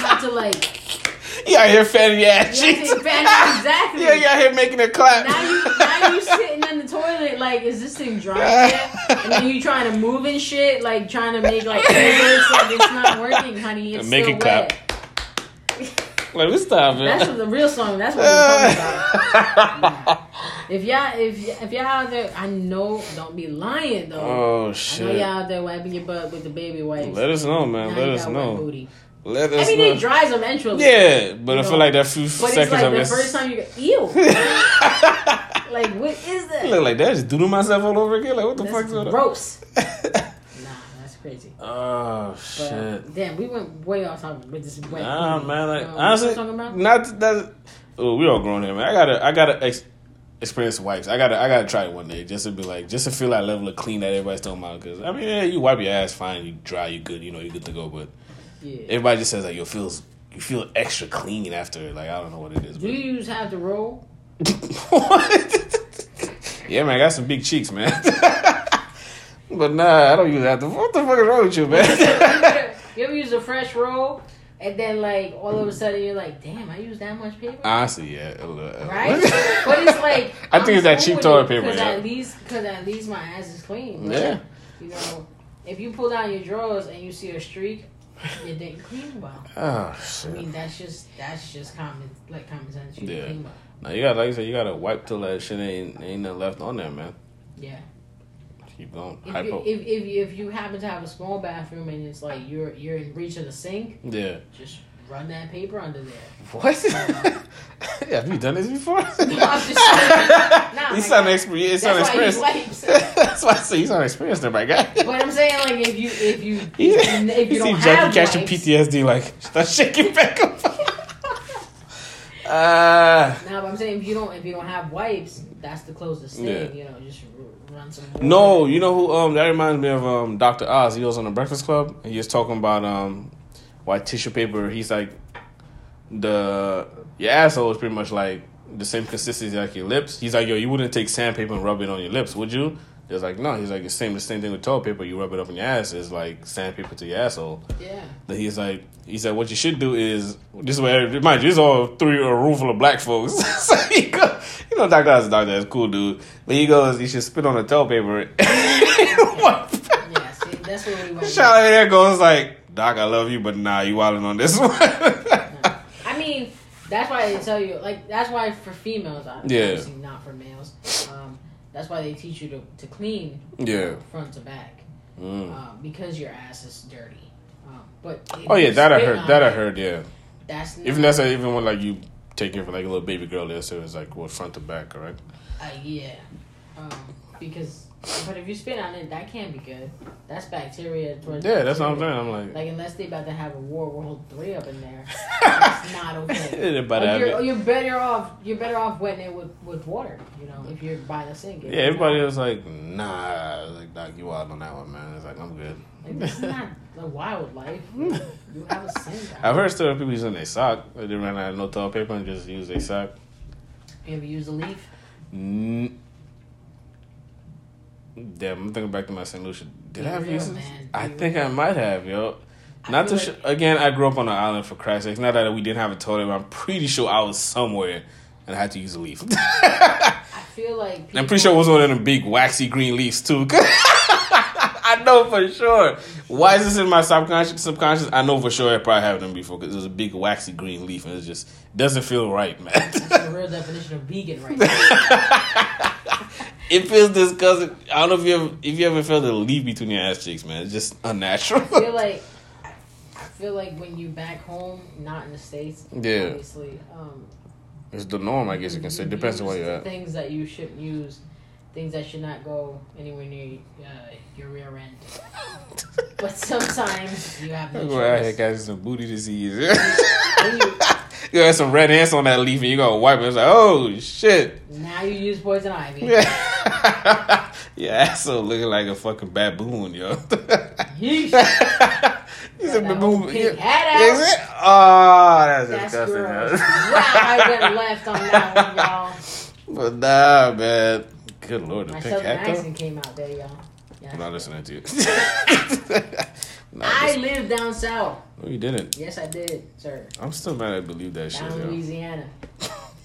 [SPEAKER 1] You have to like
[SPEAKER 2] You out here fanning your ass
[SPEAKER 1] you have
[SPEAKER 2] cheeks.
[SPEAKER 1] to expand it exactly.
[SPEAKER 2] Yeah, you out here making a clap.
[SPEAKER 1] Now you now you sitting in the toilet like is this thing dry yet? And then you trying to move and shit like trying to make like movements, like it's not working, honey. It's
[SPEAKER 2] Make
[SPEAKER 1] still
[SPEAKER 2] it clap.
[SPEAKER 1] wet.
[SPEAKER 2] Like, we stop
[SPEAKER 1] That's
[SPEAKER 2] it.
[SPEAKER 1] what the real song. That's what we're talking about. If y'all, if y- if y'all out there, I know don't be lying though.
[SPEAKER 2] Oh
[SPEAKER 1] I know
[SPEAKER 2] shit.
[SPEAKER 1] y'all out there wiping your butt with the baby wipes.
[SPEAKER 2] Let us know,
[SPEAKER 1] Now
[SPEAKER 2] man.
[SPEAKER 1] you
[SPEAKER 2] Let us
[SPEAKER 1] got wet
[SPEAKER 2] know.
[SPEAKER 1] Booty.
[SPEAKER 2] Let
[SPEAKER 1] I
[SPEAKER 2] us
[SPEAKER 1] mean, it
[SPEAKER 2] know.
[SPEAKER 1] dries eventually.
[SPEAKER 2] Yeah, but I
[SPEAKER 1] No.
[SPEAKER 2] feel like that few
[SPEAKER 1] But
[SPEAKER 2] seconds
[SPEAKER 1] it's like
[SPEAKER 2] of
[SPEAKER 1] the
[SPEAKER 2] this.
[SPEAKER 1] first time you go, ew. Like, what is that?
[SPEAKER 2] I look like that. I just doodle myself all over again. Like, what the
[SPEAKER 1] That's
[SPEAKER 2] fuck's going on?
[SPEAKER 1] gross. Nah, that's crazy.
[SPEAKER 2] oh
[SPEAKER 1] But,
[SPEAKER 2] shit.
[SPEAKER 1] Damn, we went way off topic with this. Wet
[SPEAKER 2] Nah, man. Like,
[SPEAKER 1] You know what
[SPEAKER 2] honestly,
[SPEAKER 1] I'm talking about?
[SPEAKER 2] not that. Oh, we all grown here, man. I gotta, I gotta ex- experience wipes. I gotta, I gotta try it one day just to be like, just to feel that level of clean that everybody's talking about. Because I mean, yeah, you wipe your ass fine, you dry, you good, you know, you good to go. But
[SPEAKER 1] yeah.
[SPEAKER 2] everybody just says like, you feels, you feel extra clean after. Like, I don't know what it is.
[SPEAKER 1] Do you just have to roll?
[SPEAKER 2] What? yeah, man, I got some big cheeks, man. but nah, I don't use that. What the fuck is wrong with you, man?
[SPEAKER 1] you ever use a fresh roll, and then like all of a sudden you're like, damn, I used that much paper.
[SPEAKER 2] Honestly, yeah. a little-
[SPEAKER 1] Right, but it's like
[SPEAKER 2] Uh, I think it's that cheap toilet paper.
[SPEAKER 1] Because
[SPEAKER 2] yeah.
[SPEAKER 1] at least, because at least my ass is clean. Like,
[SPEAKER 2] Yeah.
[SPEAKER 1] you know, if you pull down your drawers and you see a streak, you didn't clean well.
[SPEAKER 2] Oh
[SPEAKER 1] I
[SPEAKER 2] shit.
[SPEAKER 1] mean, that's just that's just common like common sense. You
[SPEAKER 2] Yeah.
[SPEAKER 1] didn't clean well.
[SPEAKER 2] Now you got, like you said, you gotta wipe till that shit ain't ain't nothing left on there, man.
[SPEAKER 1] Yeah.
[SPEAKER 2] Keep going.
[SPEAKER 1] If you,
[SPEAKER 2] Hypo.
[SPEAKER 1] if if you, if you happen to have a small bathroom and it's like you're you're in reach of the sink,
[SPEAKER 2] Yeah.
[SPEAKER 1] just run that paper under there.
[SPEAKER 2] What? Have you done this before?
[SPEAKER 1] just saying. Nah,
[SPEAKER 2] you
[SPEAKER 1] my
[SPEAKER 2] sound
[SPEAKER 1] God.
[SPEAKER 2] expert. You sound
[SPEAKER 1] That's why he
[SPEAKER 2] experienced.
[SPEAKER 1] wipes.
[SPEAKER 2] That's why I say you sound experienced, there, my guy.
[SPEAKER 1] But I'm saying like if you if you if
[SPEAKER 2] You,
[SPEAKER 1] you,
[SPEAKER 2] you,
[SPEAKER 1] if you
[SPEAKER 2] see
[SPEAKER 1] don't
[SPEAKER 2] Jackie
[SPEAKER 1] have
[SPEAKER 2] catching
[SPEAKER 1] wipes,
[SPEAKER 2] PTSD, like start shaking back up. uh,
[SPEAKER 1] Nah, but I'm saying if you don't if you don't have wipes, that's the closest thing.
[SPEAKER 2] Yeah.
[SPEAKER 1] You know, just r- run some.
[SPEAKER 2] no, you know who? Um, that reminds me of um Dr. Oz. He was on the Breakfast Club, and he was talking about um why tissue paper. He's like the your asshole is pretty much like the same consistency like your lips. He's like, yo, you wouldn't take sandpaper and rub it on your lips, would you? There's like, no. He's like, it's same the same thing with toilet paper. You rub it up in your ass. It's like sandpaper to your asshole.
[SPEAKER 1] Yeah.
[SPEAKER 2] that he's like he said what you should do is this is where mind you this is all three a room full of black folks so he go, you know Dr. Oz is a doctor that's cool dude but he goes you should spit on the toilet paper what
[SPEAKER 1] Yeah. See, that's what we went.
[SPEAKER 2] shout out there goes like doc I love you but nah you wilding on this one
[SPEAKER 1] I mean, that's why they tell you like that's why for females, obviously,
[SPEAKER 2] Yeah.
[SPEAKER 1] obviously not for males. Um, that's why they teach you to, to clean
[SPEAKER 2] yeah
[SPEAKER 1] front to back
[SPEAKER 2] Mm.
[SPEAKER 1] uh, because your ass is dirty. Um, but if
[SPEAKER 2] oh yeah
[SPEAKER 1] you
[SPEAKER 2] that I
[SPEAKER 1] spit
[SPEAKER 2] heard
[SPEAKER 1] on
[SPEAKER 2] that I
[SPEAKER 1] it,
[SPEAKER 2] heard yeah
[SPEAKER 1] That's not,
[SPEAKER 2] even that's like, even when like you take it for like a little baby girl there so it's like what front to back right
[SPEAKER 1] uh, yeah, um, because but if you spit on it, that can't be good. That's bacteria towards
[SPEAKER 2] yeah that's what I'm
[SPEAKER 1] bacteria.
[SPEAKER 2] saying I'm like
[SPEAKER 1] Like unless they about to have a war World Three up in there, that's not okay.
[SPEAKER 2] They're about to
[SPEAKER 1] Like,
[SPEAKER 2] have
[SPEAKER 1] you're,
[SPEAKER 2] it.
[SPEAKER 1] you're better off. You're better off wetting it with, with water. You know, if you're by the sink.
[SPEAKER 2] yeah everybody was like nah like doc you wild on that one man it's like I'm good
[SPEAKER 1] Like, this is not a wildlife. You have a sink.
[SPEAKER 2] I've heard story of people using their sock. Like they ran out of no toilet paper and just use their sock.
[SPEAKER 1] You ever use a leaf?
[SPEAKER 2] N- Damn, I'm thinking back to my St. Lucia. Did I have
[SPEAKER 1] Yeah,
[SPEAKER 2] used?
[SPEAKER 1] man.
[SPEAKER 2] I think I might have, yo.
[SPEAKER 1] I
[SPEAKER 2] Not to
[SPEAKER 1] feel
[SPEAKER 2] sh-
[SPEAKER 1] like-
[SPEAKER 2] again. I grew up on an island for Christ's sakes. Not that we didn't have a toilet, but I'm pretty sure I was somewhere and I had to use a leaf.
[SPEAKER 1] I feel like people,
[SPEAKER 2] I'm pretty sure it was one of them big waxy green leaves too. I know for sure. Why is this in my subconscious? Subconscious? I know for sure I probably have them before because it was a big waxy green leaf and it just doesn't feel right, man.
[SPEAKER 1] that's the real definition of vegan right now.
[SPEAKER 2] it feels disgusting. I don't know if you ever, if you ever felt a leaf between your ass cheeks, man. It's just unnatural.
[SPEAKER 1] I feel like I feel like when you back home, not in the states.
[SPEAKER 2] Yeah.
[SPEAKER 1] Obviously, um,
[SPEAKER 2] it's the norm, I guess you can say. Depends on where
[SPEAKER 1] use
[SPEAKER 2] you're at.
[SPEAKER 1] Things that you shouldn't use. Things that should not go anywhere near uh, your rear end. But sometimes you have no
[SPEAKER 2] Look where I had
[SPEAKER 1] choice.
[SPEAKER 2] guys some booty disease.
[SPEAKER 1] When you-
[SPEAKER 2] you got some red ants on that leaf and you gonna wipe it. It's like, oh shit.
[SPEAKER 1] now you use poison ivy.
[SPEAKER 2] Yeah. Your asshole looking like a fucking baboon, yo.
[SPEAKER 1] Yeesh.
[SPEAKER 2] He's a
[SPEAKER 1] Got that whole
[SPEAKER 2] baboon.
[SPEAKER 1] pig
[SPEAKER 2] Yeah.
[SPEAKER 1] head out.
[SPEAKER 2] Is it? Oh, that's,
[SPEAKER 1] That's
[SPEAKER 2] disgusting.
[SPEAKER 1] gross.
[SPEAKER 2] yo.
[SPEAKER 1] wow, I went left on that one, y'all.
[SPEAKER 2] But nah, man. Good lord, the
[SPEAKER 1] My
[SPEAKER 2] pig
[SPEAKER 1] Southern
[SPEAKER 2] hat though.
[SPEAKER 1] accent came out there, y'all.
[SPEAKER 2] I'm
[SPEAKER 1] Yeah.
[SPEAKER 2] not listening to you. nah,
[SPEAKER 1] I
[SPEAKER 2] I,
[SPEAKER 1] live down south.
[SPEAKER 2] no, you didn't.
[SPEAKER 1] Yes, I did, sir.
[SPEAKER 2] I'm still mad I believe that shit,
[SPEAKER 1] Down in
[SPEAKER 2] yo.
[SPEAKER 1] Louisiana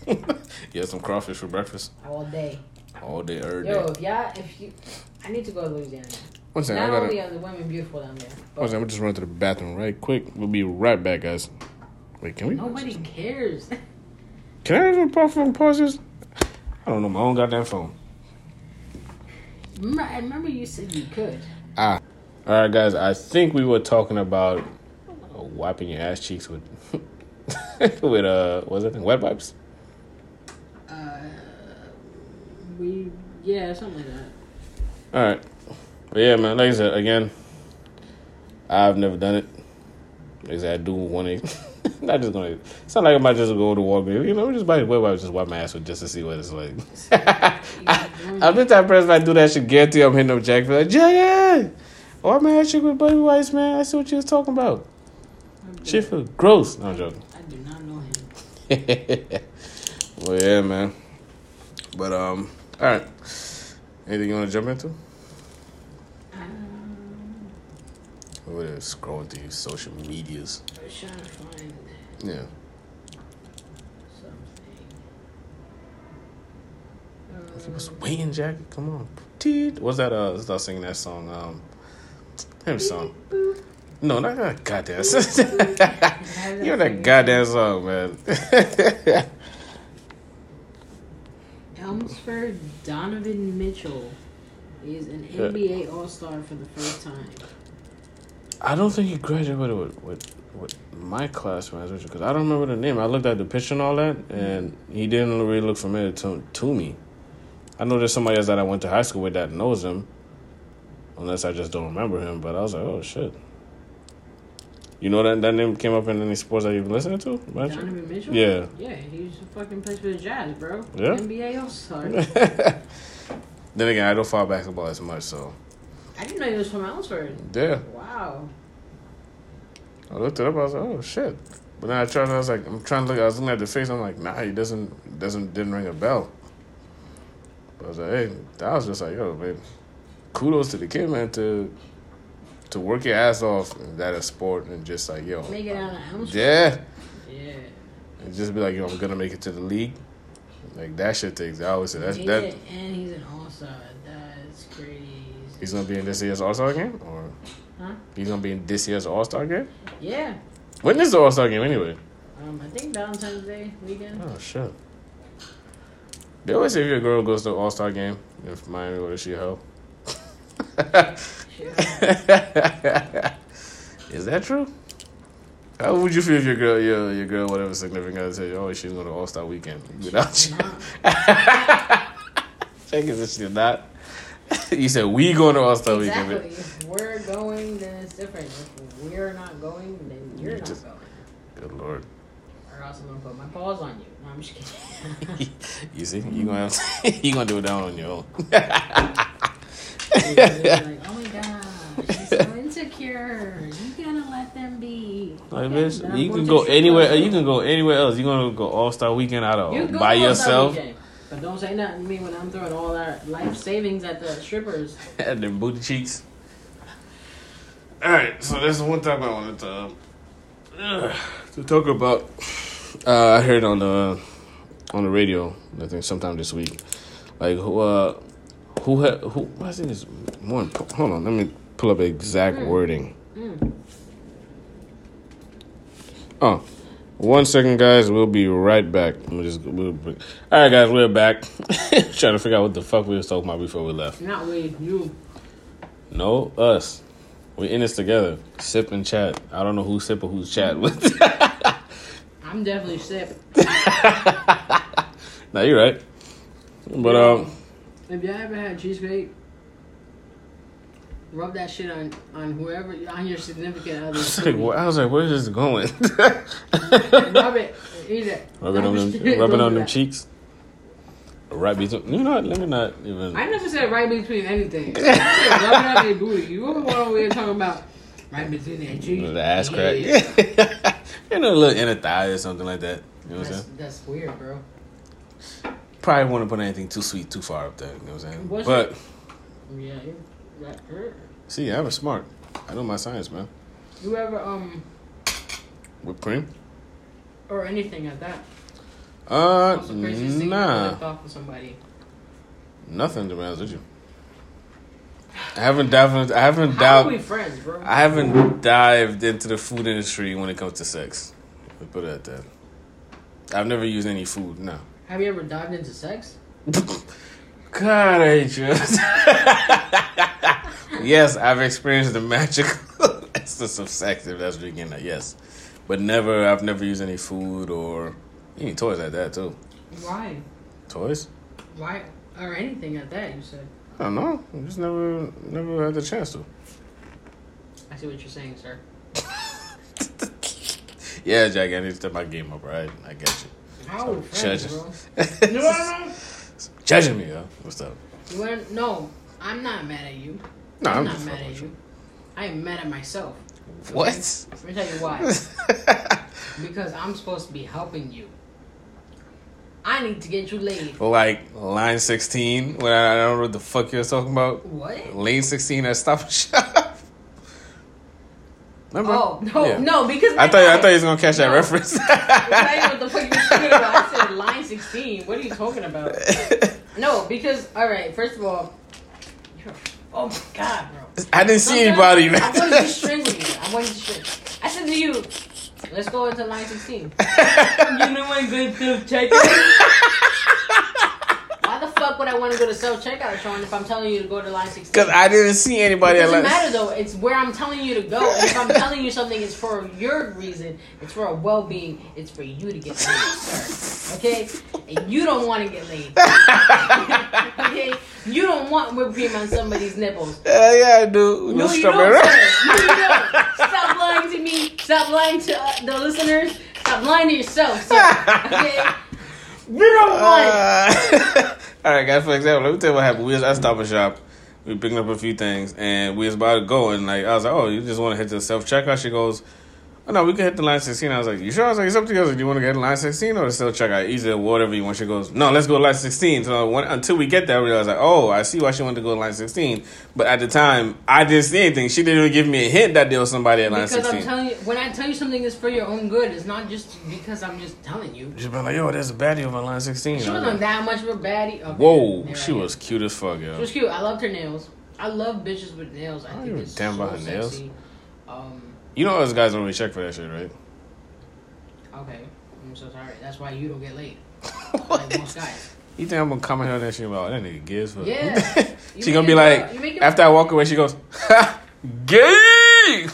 [SPEAKER 2] you had some crawfish for breakfast
[SPEAKER 1] all day.
[SPEAKER 2] all day, every day.
[SPEAKER 1] Yo, if y'all, if you, I need to go to Louisiana.
[SPEAKER 2] One second, I
[SPEAKER 1] Not
[SPEAKER 2] gotta.
[SPEAKER 1] only are the women beautiful down there,
[SPEAKER 2] One
[SPEAKER 1] but
[SPEAKER 2] second, I'm just running to the bathroom right quick. We'll be right back, guys. Wait, can we?
[SPEAKER 1] nobody cares.
[SPEAKER 2] Can I have a pause from pauses? I don't know my own goddamn phone.
[SPEAKER 1] Remember, I remember you said you could.
[SPEAKER 2] Ah. All right, guys. I think we were talking about wiping your ass cheeks with with uh, what's that thing? Wet wipes.
[SPEAKER 1] Uh, we yeah, something like that.
[SPEAKER 2] All right. But yeah, man, like I said, again, I've never done it. Like I said, I do want to. not just gonna. It's not like I might just go to Walgreens. You know, just might as well I just wipe my ass with just to see what it's like. I, I'm the type of person if I do that shit. Guarantee I'm hitting up Jack. Be like, Jack, why my ass shit with Buddy Weiss, man? I see what you was talking about. Shit feel gross. No, I'm joking.
[SPEAKER 1] I do not know him.
[SPEAKER 2] well, yeah, man. But um, all right. Anything you want to jump into?
[SPEAKER 1] Um,
[SPEAKER 2] Over there scrolling through social medias.
[SPEAKER 1] I was trying to find
[SPEAKER 2] Yeah.
[SPEAKER 1] something. Uh,
[SPEAKER 2] It was waiting, Jack. Come on. Teed. What's that? Uh, start singing that song. Um, him song. No, not that goddamn. you know that goddamn song, man.
[SPEAKER 1] Elmsford Donovan Mitchell is an
[SPEAKER 2] Yeah.
[SPEAKER 1] NBA All Star for the first time.
[SPEAKER 2] I don't think he graduated with with, with my class because I don't remember the name. I looked at the picture and all that, and he didn't really look familiar to to me. I know there's somebody else that I went to high school with that knows him, unless I just don't remember him. But I was like, oh shit. You know that that name came up in any sports that you've listened to? by any chance?
[SPEAKER 1] Donovan Mitchell?
[SPEAKER 2] Yeah.
[SPEAKER 1] Yeah, he was a fucking plays for the Jazz, bro.
[SPEAKER 2] Yeah.
[SPEAKER 1] NBA All Star.
[SPEAKER 2] then again, I don't follow basketball as much, so
[SPEAKER 1] I didn't know he was from Elmsford.
[SPEAKER 2] yeah.
[SPEAKER 1] Wow.
[SPEAKER 2] I looked it up. I was like, oh shit. But then I tried. I was like, I'm trying to look. I was looking at the face. I'm like, nah, he doesn't doesn't didn't ring a bell. But I was like, hey, I was just like, yo, man, kudos to the kid, man, to to work your ass off and that is sport and just like, yo,
[SPEAKER 1] Make it out of Elmsford.
[SPEAKER 2] yeah,
[SPEAKER 1] Yeah.
[SPEAKER 2] and just be like, yo, I'm gonna make it to the league. Like that shit takes. I always say that
[SPEAKER 1] yeah.
[SPEAKER 2] that
[SPEAKER 1] And he's an All Star. That's crazy.
[SPEAKER 2] he's gonna be in this year's All Star game or
[SPEAKER 1] Huh?
[SPEAKER 2] he's gonna be in this year's All Star game.
[SPEAKER 1] Yeah.
[SPEAKER 2] When is the All Star game anyway?
[SPEAKER 1] Um, I think Valentine's Day weekend.
[SPEAKER 2] Oh shit. They always say if your girl goes to All Star game, if Miami what is she a hoe?
[SPEAKER 1] Shit.
[SPEAKER 2] is that true? How would you feel if your girl, your your girl, whatever significant other said, oh, she's going to All Star weekend without you?
[SPEAKER 1] Nah.
[SPEAKER 2] Check is if she's not. you said we going to All Star
[SPEAKER 1] Exactly.
[SPEAKER 2] weekend.
[SPEAKER 1] If we're going, then it's different. If we're not going, then you're
[SPEAKER 2] You
[SPEAKER 1] not
[SPEAKER 2] just-
[SPEAKER 1] going.
[SPEAKER 2] but- Good lord,
[SPEAKER 1] Or else I'm gonna put my paws on you. No, I'm just kidding.
[SPEAKER 2] you see, you gonna have, you gonna do it down on your own.
[SPEAKER 1] Like, oh my gosh, she's so insecure. You gotta let them be.
[SPEAKER 2] Like,
[SPEAKER 1] Yeah,
[SPEAKER 2] bitch,
[SPEAKER 1] nah,
[SPEAKER 2] you
[SPEAKER 1] we'll
[SPEAKER 2] can go
[SPEAKER 1] just-
[SPEAKER 2] anywhere. uh, You can go anywhere else. You gonna go All Star weekend out
[SPEAKER 1] You
[SPEAKER 2] of
[SPEAKER 1] go
[SPEAKER 2] Oh, by
[SPEAKER 1] on that
[SPEAKER 2] yourself?
[SPEAKER 1] weekend, But don't say nothing to me when I'm throwing all our life savings at the strippers.
[SPEAKER 2] and their booty cheeks. All right, so that's one topic I wanted to uh, to talk about. Uh, I heard on the on the radio, I think sometime this week, like who uh, who ha- who why is it this more important? Hold on, let me pull up exact wording.
[SPEAKER 1] Mm.
[SPEAKER 2] Oh, one second, guys. We'll be right back. We'll just, we'll be, all right, guys. We're back. Trying to figure out what the fuck we was talking about before we left.
[SPEAKER 1] Not with you.
[SPEAKER 2] No, us. We're in this together. Sip and chat. I don't know who sip or who's chat with.
[SPEAKER 1] I'm definitely sick.
[SPEAKER 2] now you're right. But um,
[SPEAKER 1] If you ever had cheesecake, rub that shit on on whoever on your significant other.
[SPEAKER 2] it's like, wh- I was like, where is this going?
[SPEAKER 1] rub it. Eat it.
[SPEAKER 2] rubbing on them, rubbing on them cheeks. Right between. You know what? Let me not even.
[SPEAKER 1] I never said right between anything. I said rubbing on their booty. You were one over here talking about right between their cheeks.
[SPEAKER 2] The ass crack.
[SPEAKER 1] Yeah.
[SPEAKER 2] you know, a little inner thigh or something like that. You know what I'm
[SPEAKER 1] That's,
[SPEAKER 2] saying?
[SPEAKER 1] that's weird, bro.
[SPEAKER 2] Probably wouldn't put anything too sweet too far up there. You know what I'm saying?
[SPEAKER 1] What's
[SPEAKER 2] but.
[SPEAKER 1] Yeah, you, that hurt.
[SPEAKER 2] See, I'm smart. I know my science, man.
[SPEAKER 1] You ever um
[SPEAKER 2] Whipped cream?
[SPEAKER 1] or anything like that?
[SPEAKER 2] Uh,
[SPEAKER 1] What's the craziest thing you ever
[SPEAKER 2] nah,
[SPEAKER 1] thought for somebody?
[SPEAKER 2] nothing to be honest with you. I haven't dived. I haven't
[SPEAKER 1] How are we
[SPEAKER 2] dived.
[SPEAKER 1] friends, bro?
[SPEAKER 2] I haven't dived into the food industry when it comes to sex. Let's put it at that. I've never used any food. No.
[SPEAKER 1] Have you ever dived into sex?
[SPEAKER 2] God, I hate you. yes, I've experienced the magical essence of sex. If that's what you're getting at, yes, but never. I've never used any food or any toys like that too.
[SPEAKER 1] Why?
[SPEAKER 2] Toys?
[SPEAKER 1] Why or anything at that? You said.
[SPEAKER 2] I don't know. I just never, never had the chance to.
[SPEAKER 1] I see what you're saying, sir.
[SPEAKER 2] Yeah, Jack, I need to step my game up, right? I get you.
[SPEAKER 1] How
[SPEAKER 2] Judge-
[SPEAKER 1] Oh, friends, bro? You know what I mean?
[SPEAKER 2] Judging me, yo. What's up?
[SPEAKER 1] You want no? I'm not mad at you.
[SPEAKER 2] No,
[SPEAKER 1] I'm,
[SPEAKER 2] I'm,
[SPEAKER 1] not
[SPEAKER 2] just
[SPEAKER 1] mad
[SPEAKER 2] fucking
[SPEAKER 1] at
[SPEAKER 2] with
[SPEAKER 1] you. I am mad at myself.
[SPEAKER 2] you. What?
[SPEAKER 1] Let me tell you why. because I'm supposed to be helping you. I need to get you laid.
[SPEAKER 2] like line 16 when I, I don't know what the fuck you was talking about.
[SPEAKER 1] What?
[SPEAKER 2] Lane 16 at Stop and Shop. Remember?
[SPEAKER 1] Oh no,
[SPEAKER 2] Yeah.
[SPEAKER 1] no, because
[SPEAKER 2] I
[SPEAKER 1] my
[SPEAKER 2] thought I
[SPEAKER 1] guy-
[SPEAKER 2] thought he was gonna catch that
[SPEAKER 1] No.
[SPEAKER 2] reference.
[SPEAKER 1] I don't know what the fuck you're talking about. I said line 16. What are you talking about? No, because, alright, first of all, you're, oh my god, bro.
[SPEAKER 2] I didn't see anybody, man.
[SPEAKER 1] I wanted to strangle you. I wanted to strangle I said to you, let's go into line 16. you know what? Good self checkout. Why the fuck would I want to go to self checkout, Sean, if I'm telling you to go to line 16?
[SPEAKER 2] Because I didn't see anybody.
[SPEAKER 1] It
[SPEAKER 2] at
[SPEAKER 1] doesn't
[SPEAKER 2] like,
[SPEAKER 1] matter though. It's where I'm telling you to go. And if I'm telling you something, it's for your reason. It's for a well being. It's for you to get laid, sir. Okay, and you don't want to get laid. okay, you don't want whipped cream on somebody's nipples.
[SPEAKER 2] Yeah, yeah, I do.
[SPEAKER 1] No, you
[SPEAKER 2] strawberry.
[SPEAKER 1] don't. Sir. No, you don't. Stop lying to me. Stop lying to uh, the listeners. Stop lying to yourself, sir. Okay. You don't want.
[SPEAKER 2] Uh, all right, guys. For example, let me tell you what happened. We was at Stop and Shop. We were picking up a few things, and we was about to go. And like, I was like, "Oh, you just want to hit the self checkout?" She goes, "Oh no, we can hit the line 16. I was like, "You sure?" I was like, "It's up to you." I was like, "Do you want to get the line 16 or the self checkout? Either whatever you want." She goes, "No, let's go to line 16." So when, until we get there, I realized like, "Oh, I see why she wanted to go to line 16." But at the time, I didn't see anything. She didn't even give me a hint that there was somebody at line
[SPEAKER 1] Because
[SPEAKER 2] 16.
[SPEAKER 1] I'm telling you, when I tell you something, it's for your own good. It's not just because I'm just telling you.
[SPEAKER 2] She's been like, "Yo, there's a baddie over line 16."
[SPEAKER 1] She
[SPEAKER 2] I was
[SPEAKER 1] wasn't
[SPEAKER 2] like,
[SPEAKER 1] that much of a baddie. Okay,
[SPEAKER 2] Whoa,
[SPEAKER 1] there
[SPEAKER 2] she
[SPEAKER 1] I am.
[SPEAKER 2] was cute as fuck, yo.
[SPEAKER 1] She was cute. I loved her nails. I love bitches with nails. I,
[SPEAKER 2] don't
[SPEAKER 1] think
[SPEAKER 2] give a
[SPEAKER 1] it's
[SPEAKER 2] damn
[SPEAKER 1] so
[SPEAKER 2] about her nails.
[SPEAKER 1] sexy. Um.
[SPEAKER 2] You know us guys don't really check for that shit, right?
[SPEAKER 1] Okay. I'm so sorry. That's why you don't get laid. Like most guys.
[SPEAKER 2] You think I'm gonna comment on that shit about that nigga gives fuck?
[SPEAKER 1] Yeah. You
[SPEAKER 2] she gonna be
[SPEAKER 1] make it
[SPEAKER 2] like
[SPEAKER 1] up. You make it
[SPEAKER 2] after I walk away, she goes, ha, gay.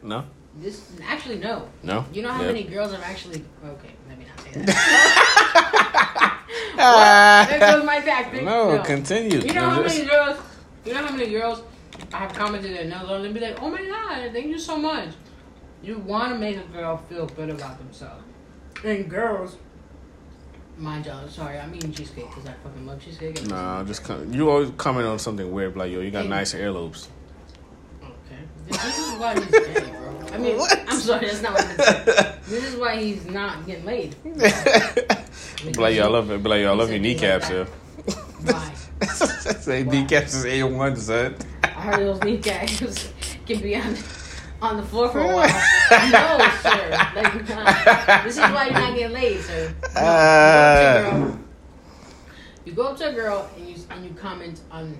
[SPEAKER 2] no,
[SPEAKER 1] This actually no.
[SPEAKER 2] no.
[SPEAKER 1] You know how
[SPEAKER 2] Yeah.
[SPEAKER 1] many girls are actually okay. Let me not say that.
[SPEAKER 2] Ah.
[SPEAKER 1] there goes my tactic.
[SPEAKER 2] No, continue.
[SPEAKER 1] You know how
[SPEAKER 2] Just-
[SPEAKER 1] many girls? You know how many girls I have commented their nails on and be like, "Oh my god, thank you so much." You want to make a girl feel good about themselves, and girls, mind y'all. Sorry, I mean cheesecake because I fucking love cheesecake. and
[SPEAKER 2] Nah,
[SPEAKER 1] cheesecake.
[SPEAKER 2] just com- you always comment on something weird, like yo, you got nice earlobes.
[SPEAKER 1] Okay, this, this is why he's gay, bro. I mean,
[SPEAKER 2] What?
[SPEAKER 1] I'm sorry, that's not what I said. This is why he's not getting laid.
[SPEAKER 2] be like yo, I love it. Be like yo, I love your kneecaps, yo.
[SPEAKER 1] Why?
[SPEAKER 2] Say kneecaps is a one, son.
[SPEAKER 1] I heard those kneecaps can be on on the floor for a while. no, sir. Like, nah. this is why you're not getting laid, sir. No,
[SPEAKER 2] Ah.
[SPEAKER 1] you go up to a girl, you go up to a girl and you and you comment on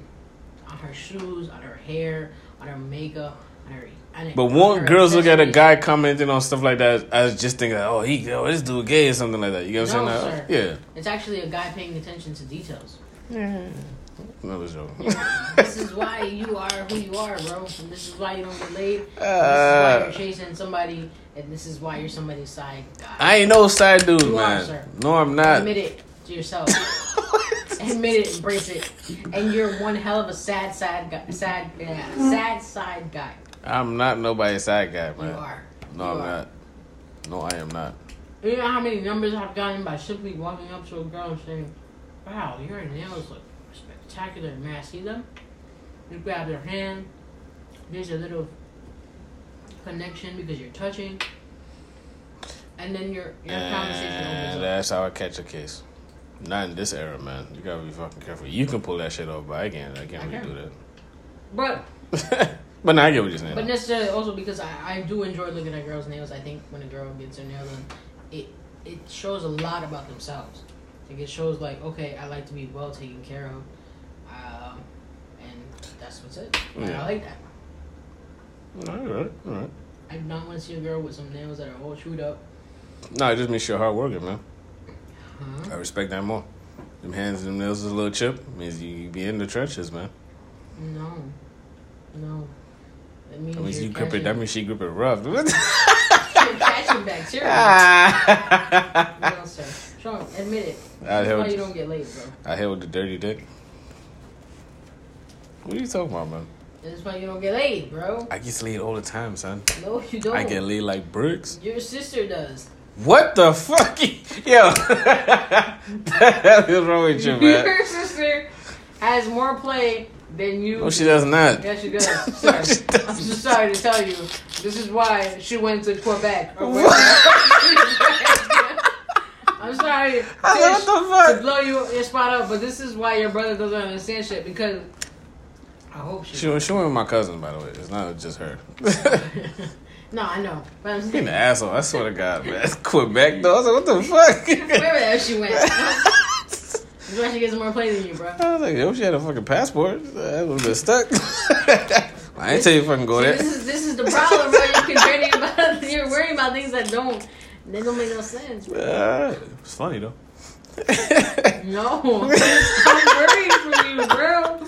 [SPEAKER 1] on her shoes, on her hair, on her makeup, on her. On her
[SPEAKER 2] But
[SPEAKER 1] on
[SPEAKER 2] won't
[SPEAKER 1] her
[SPEAKER 2] girls look at a
[SPEAKER 1] accessories.
[SPEAKER 2] guy commenting on stuff like that as just thinking, like, oh, he, yo, this dude gay or something like that. You know what I'm
[SPEAKER 1] No,
[SPEAKER 2] saying?
[SPEAKER 1] sir.
[SPEAKER 2] Yeah.
[SPEAKER 1] It's actually a guy paying attention to details.
[SPEAKER 2] Another joke.
[SPEAKER 1] this is why you are who you are, bro. And this is why you don't get laid. And this is why
[SPEAKER 2] Uh.
[SPEAKER 1] you're chasing somebody, and this is why you're somebody's side guy.
[SPEAKER 2] I ain't no side dude,
[SPEAKER 1] You are,
[SPEAKER 2] man.
[SPEAKER 1] sir.
[SPEAKER 2] no, I'm not.
[SPEAKER 1] Admit it to yourself. Admit it, embrace it, and you're one hell of a sad, sad guy. Sad, yeah, sad side guy.
[SPEAKER 2] I'm not nobody's side guy,
[SPEAKER 1] You
[SPEAKER 2] man.
[SPEAKER 1] are.
[SPEAKER 2] No,
[SPEAKER 1] You
[SPEAKER 2] I'm
[SPEAKER 1] are.
[SPEAKER 2] not. No, I am not.
[SPEAKER 1] You know how many numbers I've gotten by simply walking up to a girl and saying, "Wow, your nails look spectacular." May I see them? You grab their hand. There's a little connection because you're touching, and then your your conversation
[SPEAKER 2] And
[SPEAKER 1] opens up.
[SPEAKER 2] that's how I catch a case. Not in this era, man. You gotta be fucking careful. You can pull that shit off, but I can't. I can't
[SPEAKER 1] I
[SPEAKER 2] really
[SPEAKER 1] can.
[SPEAKER 2] do
[SPEAKER 1] But
[SPEAKER 2] that. but now I get what you're saying.
[SPEAKER 1] But necessarily also because I, I do enjoy looking at girls' nails. I think when a girl gets her nails done, it it shows a lot about themselves. Like it shows like okay, I like to be well taken care of, um, and that's what's it. Like,
[SPEAKER 2] Yeah.
[SPEAKER 1] I like that.
[SPEAKER 2] all right, all right.
[SPEAKER 1] I do not want to see a girl with some nails that are all chewed up.
[SPEAKER 2] No, it just means you're hard working, man.
[SPEAKER 1] Huh?
[SPEAKER 2] I respect that more. Them hands and them nails is a little chip. Means you, you be in the trenches, man.
[SPEAKER 1] No, no. That means,
[SPEAKER 2] That means
[SPEAKER 1] you're
[SPEAKER 2] you grip it.
[SPEAKER 1] catching-
[SPEAKER 2] That means she grip it rough.
[SPEAKER 1] you're catching bacteria.
[SPEAKER 2] Ah.
[SPEAKER 1] no, sir. Sean, admit it.
[SPEAKER 2] Out
[SPEAKER 1] That's
[SPEAKER 2] here
[SPEAKER 1] why
[SPEAKER 2] with-
[SPEAKER 1] you don't get laid, bro.
[SPEAKER 2] I hit with the dirty dick. What are you talking about, man?
[SPEAKER 1] That's why you don't get laid, bro.
[SPEAKER 2] I get laid all the time, son.
[SPEAKER 1] No, you don't.
[SPEAKER 2] I get laid like bricks.
[SPEAKER 1] Your sister does.
[SPEAKER 2] What the fuck? Yo. What is wrong with you, man?
[SPEAKER 1] Your sister has more play than you.
[SPEAKER 2] No, Oh, she does not.
[SPEAKER 1] Yes, she does.
[SPEAKER 2] No,
[SPEAKER 1] Sorry.
[SPEAKER 2] she doesn't.
[SPEAKER 1] I'm just sorry to tell you. This is why she went to Quebec. Or
[SPEAKER 2] What?
[SPEAKER 1] wherever- I'm sorry
[SPEAKER 2] What
[SPEAKER 1] to, to
[SPEAKER 2] the fuck?
[SPEAKER 1] blow you your spot up, but this is why your brother doesn't understand shit because I hope she.
[SPEAKER 2] She, was- she went with my cousin, by the way. It's not just her.
[SPEAKER 1] no, I know, but I'm
[SPEAKER 2] Being
[SPEAKER 1] saying
[SPEAKER 2] an asshole, I swear to God, man. Quebec, though. I was like, what the fuck?
[SPEAKER 1] wherever the hell she went. That's why she gets more play than you, bro.
[SPEAKER 2] I was like, yo, she had a fucking passport. I would have been stuck. I ain't tell you fucking go
[SPEAKER 1] See,
[SPEAKER 2] there.
[SPEAKER 1] this is this is the problem, bro. You're complaining about you're worrying about things that don't they don't make no sense. bro.
[SPEAKER 2] Uh, it's funny, though.
[SPEAKER 1] No, I'm worried for you, bro.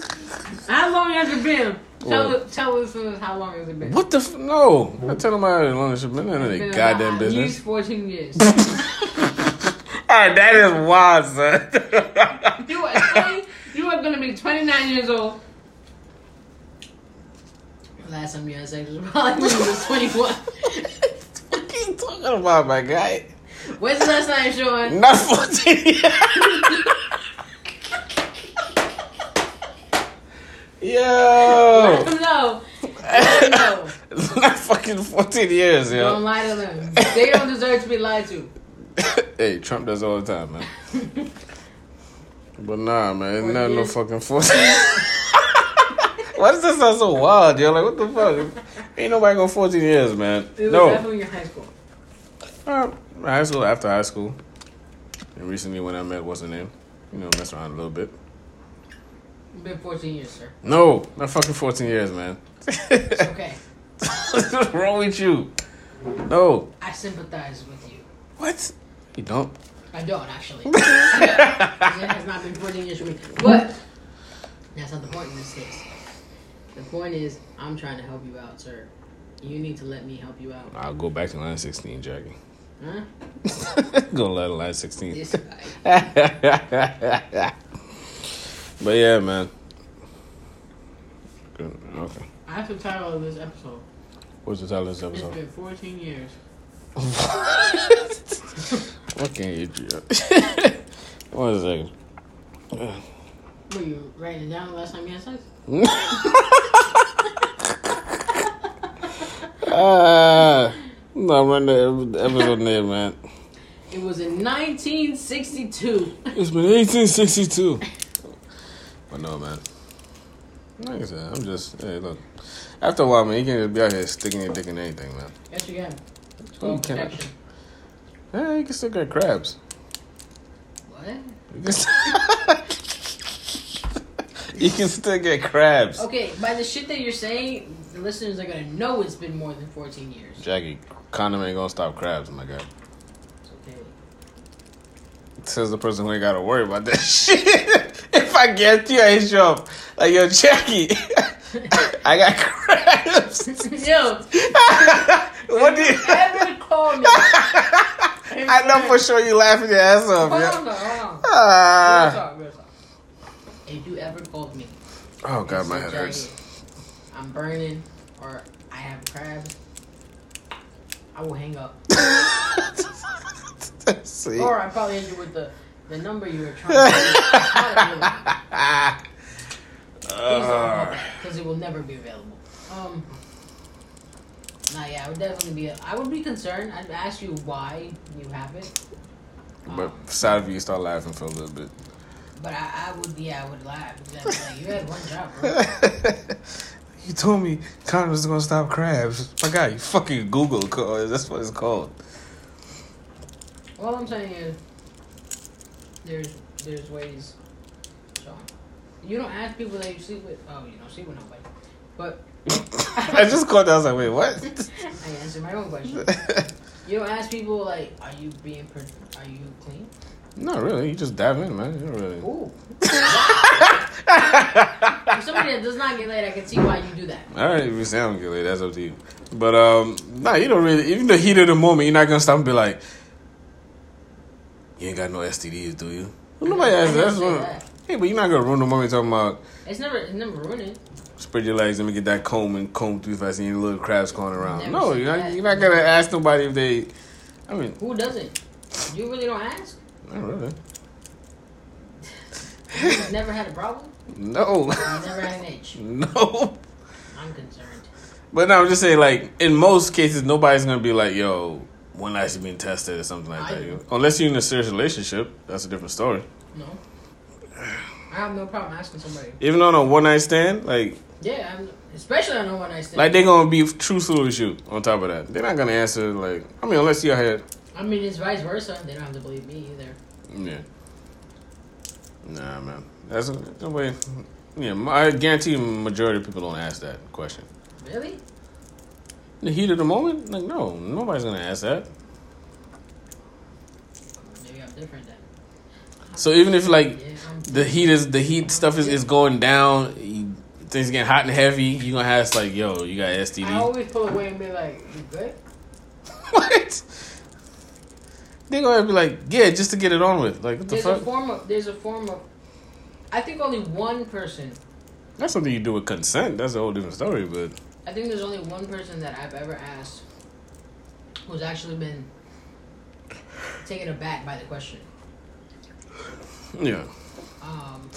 [SPEAKER 1] How long has it been? Tell
[SPEAKER 2] What?
[SPEAKER 1] us, tell us uh, how long has it been?
[SPEAKER 2] What the f- no? I tell them I didn't want to submit none of
[SPEAKER 1] Been
[SPEAKER 2] their
[SPEAKER 1] about
[SPEAKER 2] goddamn
[SPEAKER 1] at
[SPEAKER 2] business.
[SPEAKER 1] least fourteen years.
[SPEAKER 2] Alright, that is wild, son.
[SPEAKER 1] you are 20, you are gonna be twenty nine years old. Last time you had sex was probably when you was twenty one.
[SPEAKER 2] what are you talking about, my guy?
[SPEAKER 1] When's the last time, Sean?
[SPEAKER 2] Not 14.
[SPEAKER 1] Let
[SPEAKER 2] yo.
[SPEAKER 1] them know. Let them know.
[SPEAKER 2] Not fucking 14 years,
[SPEAKER 1] Don't
[SPEAKER 2] yo.
[SPEAKER 1] lie to them. They don't deserve to be lied to.
[SPEAKER 2] hey, Trump does all the time, man. But nah, man, it's
[SPEAKER 1] Or
[SPEAKER 2] not no
[SPEAKER 1] years.
[SPEAKER 2] fucking 14. Why does that sound so wild, yo? Like, what the fuck? Ain't nobody going 14 years, man.
[SPEAKER 1] It was
[SPEAKER 2] no.
[SPEAKER 1] definitely in high school.
[SPEAKER 2] Uh, high school after high school, and recently when I met what's her name, you know, mess around a little bit.
[SPEAKER 1] It's been fourteen years, sir.
[SPEAKER 2] No, not fucking fourteen years, man.
[SPEAKER 1] It's okay.
[SPEAKER 2] What's wrong with you? No,
[SPEAKER 1] I sympathize with you.
[SPEAKER 2] what? You don't.
[SPEAKER 1] I don't actually. it has not been 14 years for me. But that's not the point in this case. The point is, I'm trying to help you out, sir. You need to let me help you out.
[SPEAKER 2] I'll go back to line sixteen, Jackie.
[SPEAKER 1] Huh?
[SPEAKER 2] go line line sixteen.
[SPEAKER 1] This guy.
[SPEAKER 2] but yeah, man. Good, Okay.
[SPEAKER 1] I have to title of this episode.
[SPEAKER 2] What's the title of this
[SPEAKER 1] It's
[SPEAKER 2] episode?
[SPEAKER 1] been 14 years.
[SPEAKER 2] Fucking idiot. One second.
[SPEAKER 1] Were you writing it down the last time you had sex?
[SPEAKER 2] Uh, no, run the episode name, man.
[SPEAKER 1] It was in 1962.
[SPEAKER 2] It's been 1862. But no, man. Like I said, I'm just, hey, look. After a while, man, you can't just be out here sticking your dick in anything, man.
[SPEAKER 1] Yes, you can.
[SPEAKER 2] You, can,
[SPEAKER 1] protection.
[SPEAKER 2] yeah, you can still get crabs.
[SPEAKER 1] What?
[SPEAKER 2] You can, you can still get crabs.
[SPEAKER 1] Okay, by the shit that you're saying, the listeners are gonna know it's been more than 14 years.
[SPEAKER 2] Jackie, condom ain't gonna stop crabs, my guy.
[SPEAKER 1] It's okay.
[SPEAKER 2] Says the person who ain't gotta worry about that shit. if I get you, I hit you up. Like, yo, Jackie, I got crabs.
[SPEAKER 1] Yo,
[SPEAKER 2] what do you.
[SPEAKER 1] ever call me?
[SPEAKER 2] I know for sure you laughing your ass off,
[SPEAKER 1] Hold
[SPEAKER 2] yo.
[SPEAKER 1] on, hold on. Real
[SPEAKER 2] Ah.
[SPEAKER 1] talk, real talk. If you ever called me,
[SPEAKER 2] Oh, God,
[SPEAKER 1] and
[SPEAKER 2] my
[SPEAKER 1] said,
[SPEAKER 2] head hurts.
[SPEAKER 1] "Jackie, I'm burning, or I have crabs. I will hang up,
[SPEAKER 2] See?
[SPEAKER 1] or I probably hit you with the the number you were trying to. Because
[SPEAKER 2] Ah.
[SPEAKER 1] uh, it will never be available. Um. Nah, yeah, I would definitely be. I would be concerned. I'd ask you why you have it.
[SPEAKER 2] but side of you start laughing for a little bit.
[SPEAKER 1] But I, I would, yeah, I would laugh. Because I'd be like, you had one job, bro.
[SPEAKER 2] you told me condoms is gonna stop crabs. My God, you fucking Google call. That's what it's called.
[SPEAKER 1] All I'm saying is, there's there's ways. So, you don't ask people that you sleep with. Oh, you don't sleep with nobody. But
[SPEAKER 2] I just called. I was like, wait, what?
[SPEAKER 1] I answered my own question. You don't ask people like, are you being, per- are you clean?
[SPEAKER 2] Not really. You just dive in, man. You don't really.
[SPEAKER 1] Ooh. For somebody that does not get laid, I can see why you do that.
[SPEAKER 2] All right, if you sound good, that's up to you. But um, nah, you don't really. Even the heat of the moment, you're not gonna stop and be like, You ain't got no STDs, do you? Well, nobody asked
[SPEAKER 1] never
[SPEAKER 2] that. That's
[SPEAKER 1] said
[SPEAKER 2] one.
[SPEAKER 1] that.
[SPEAKER 2] Hey, but you're not gonna ruin the moment talking about
[SPEAKER 1] It's never, it's never ruining.
[SPEAKER 2] spread your legs. Let me get that comb and comb through if I see any little crabs crawling around.
[SPEAKER 1] Never
[SPEAKER 2] No,
[SPEAKER 1] said
[SPEAKER 2] you're not,
[SPEAKER 1] that.
[SPEAKER 2] you're not gonna ask nobody if they. I mean,
[SPEAKER 1] Who doesn't? You really don't ask.
[SPEAKER 2] not really.
[SPEAKER 1] You never had a problem.
[SPEAKER 2] No,
[SPEAKER 1] You never had an itch.
[SPEAKER 2] no.
[SPEAKER 1] I'm concerned.
[SPEAKER 2] But no, I'm just saying, like in most cases, nobody's gonna be like, "Yo, when I should been tested" or something like
[SPEAKER 1] I
[SPEAKER 2] that.
[SPEAKER 1] do.
[SPEAKER 2] Unless you're in a serious relationship, that's a different story.
[SPEAKER 1] No. I have no problem asking somebody.
[SPEAKER 2] Even on a one night stand, like
[SPEAKER 1] Yeah, I'm, especially on a one night stand.
[SPEAKER 2] like they gonna be truthful with you. On top of that, they're not gonna answer. Like I mean, unless you had
[SPEAKER 1] I mean, it's vice versa. They don't have to believe me either.
[SPEAKER 2] yeah. Nah, man, that's the way. Yeah, m- I guarantee you majority of people don't ask that question.
[SPEAKER 1] Really?
[SPEAKER 2] In the heat of the moment, like no, nobody's gonna ask that.
[SPEAKER 1] Maybe I'm different then.
[SPEAKER 2] So even if like
[SPEAKER 1] Yeah, I'm.
[SPEAKER 2] the heat is the heat stuff is, is going down. You, things getting hot and heavy. You gonna have it's like, yo, you got
[SPEAKER 1] I
[SPEAKER 2] STD.
[SPEAKER 1] always pull away and be like, "You good?"
[SPEAKER 2] what? They gonna be like, yeah, just to get it on with. Like, what the
[SPEAKER 1] There's a
[SPEAKER 2] fuck?
[SPEAKER 1] form of. There's a form of. I think only one person.
[SPEAKER 2] That's something you do with consent. That's a whole different story. But
[SPEAKER 1] I think there's only one person that I've ever asked who's actually been taken aback by the question.
[SPEAKER 2] yeah,
[SPEAKER 1] Um,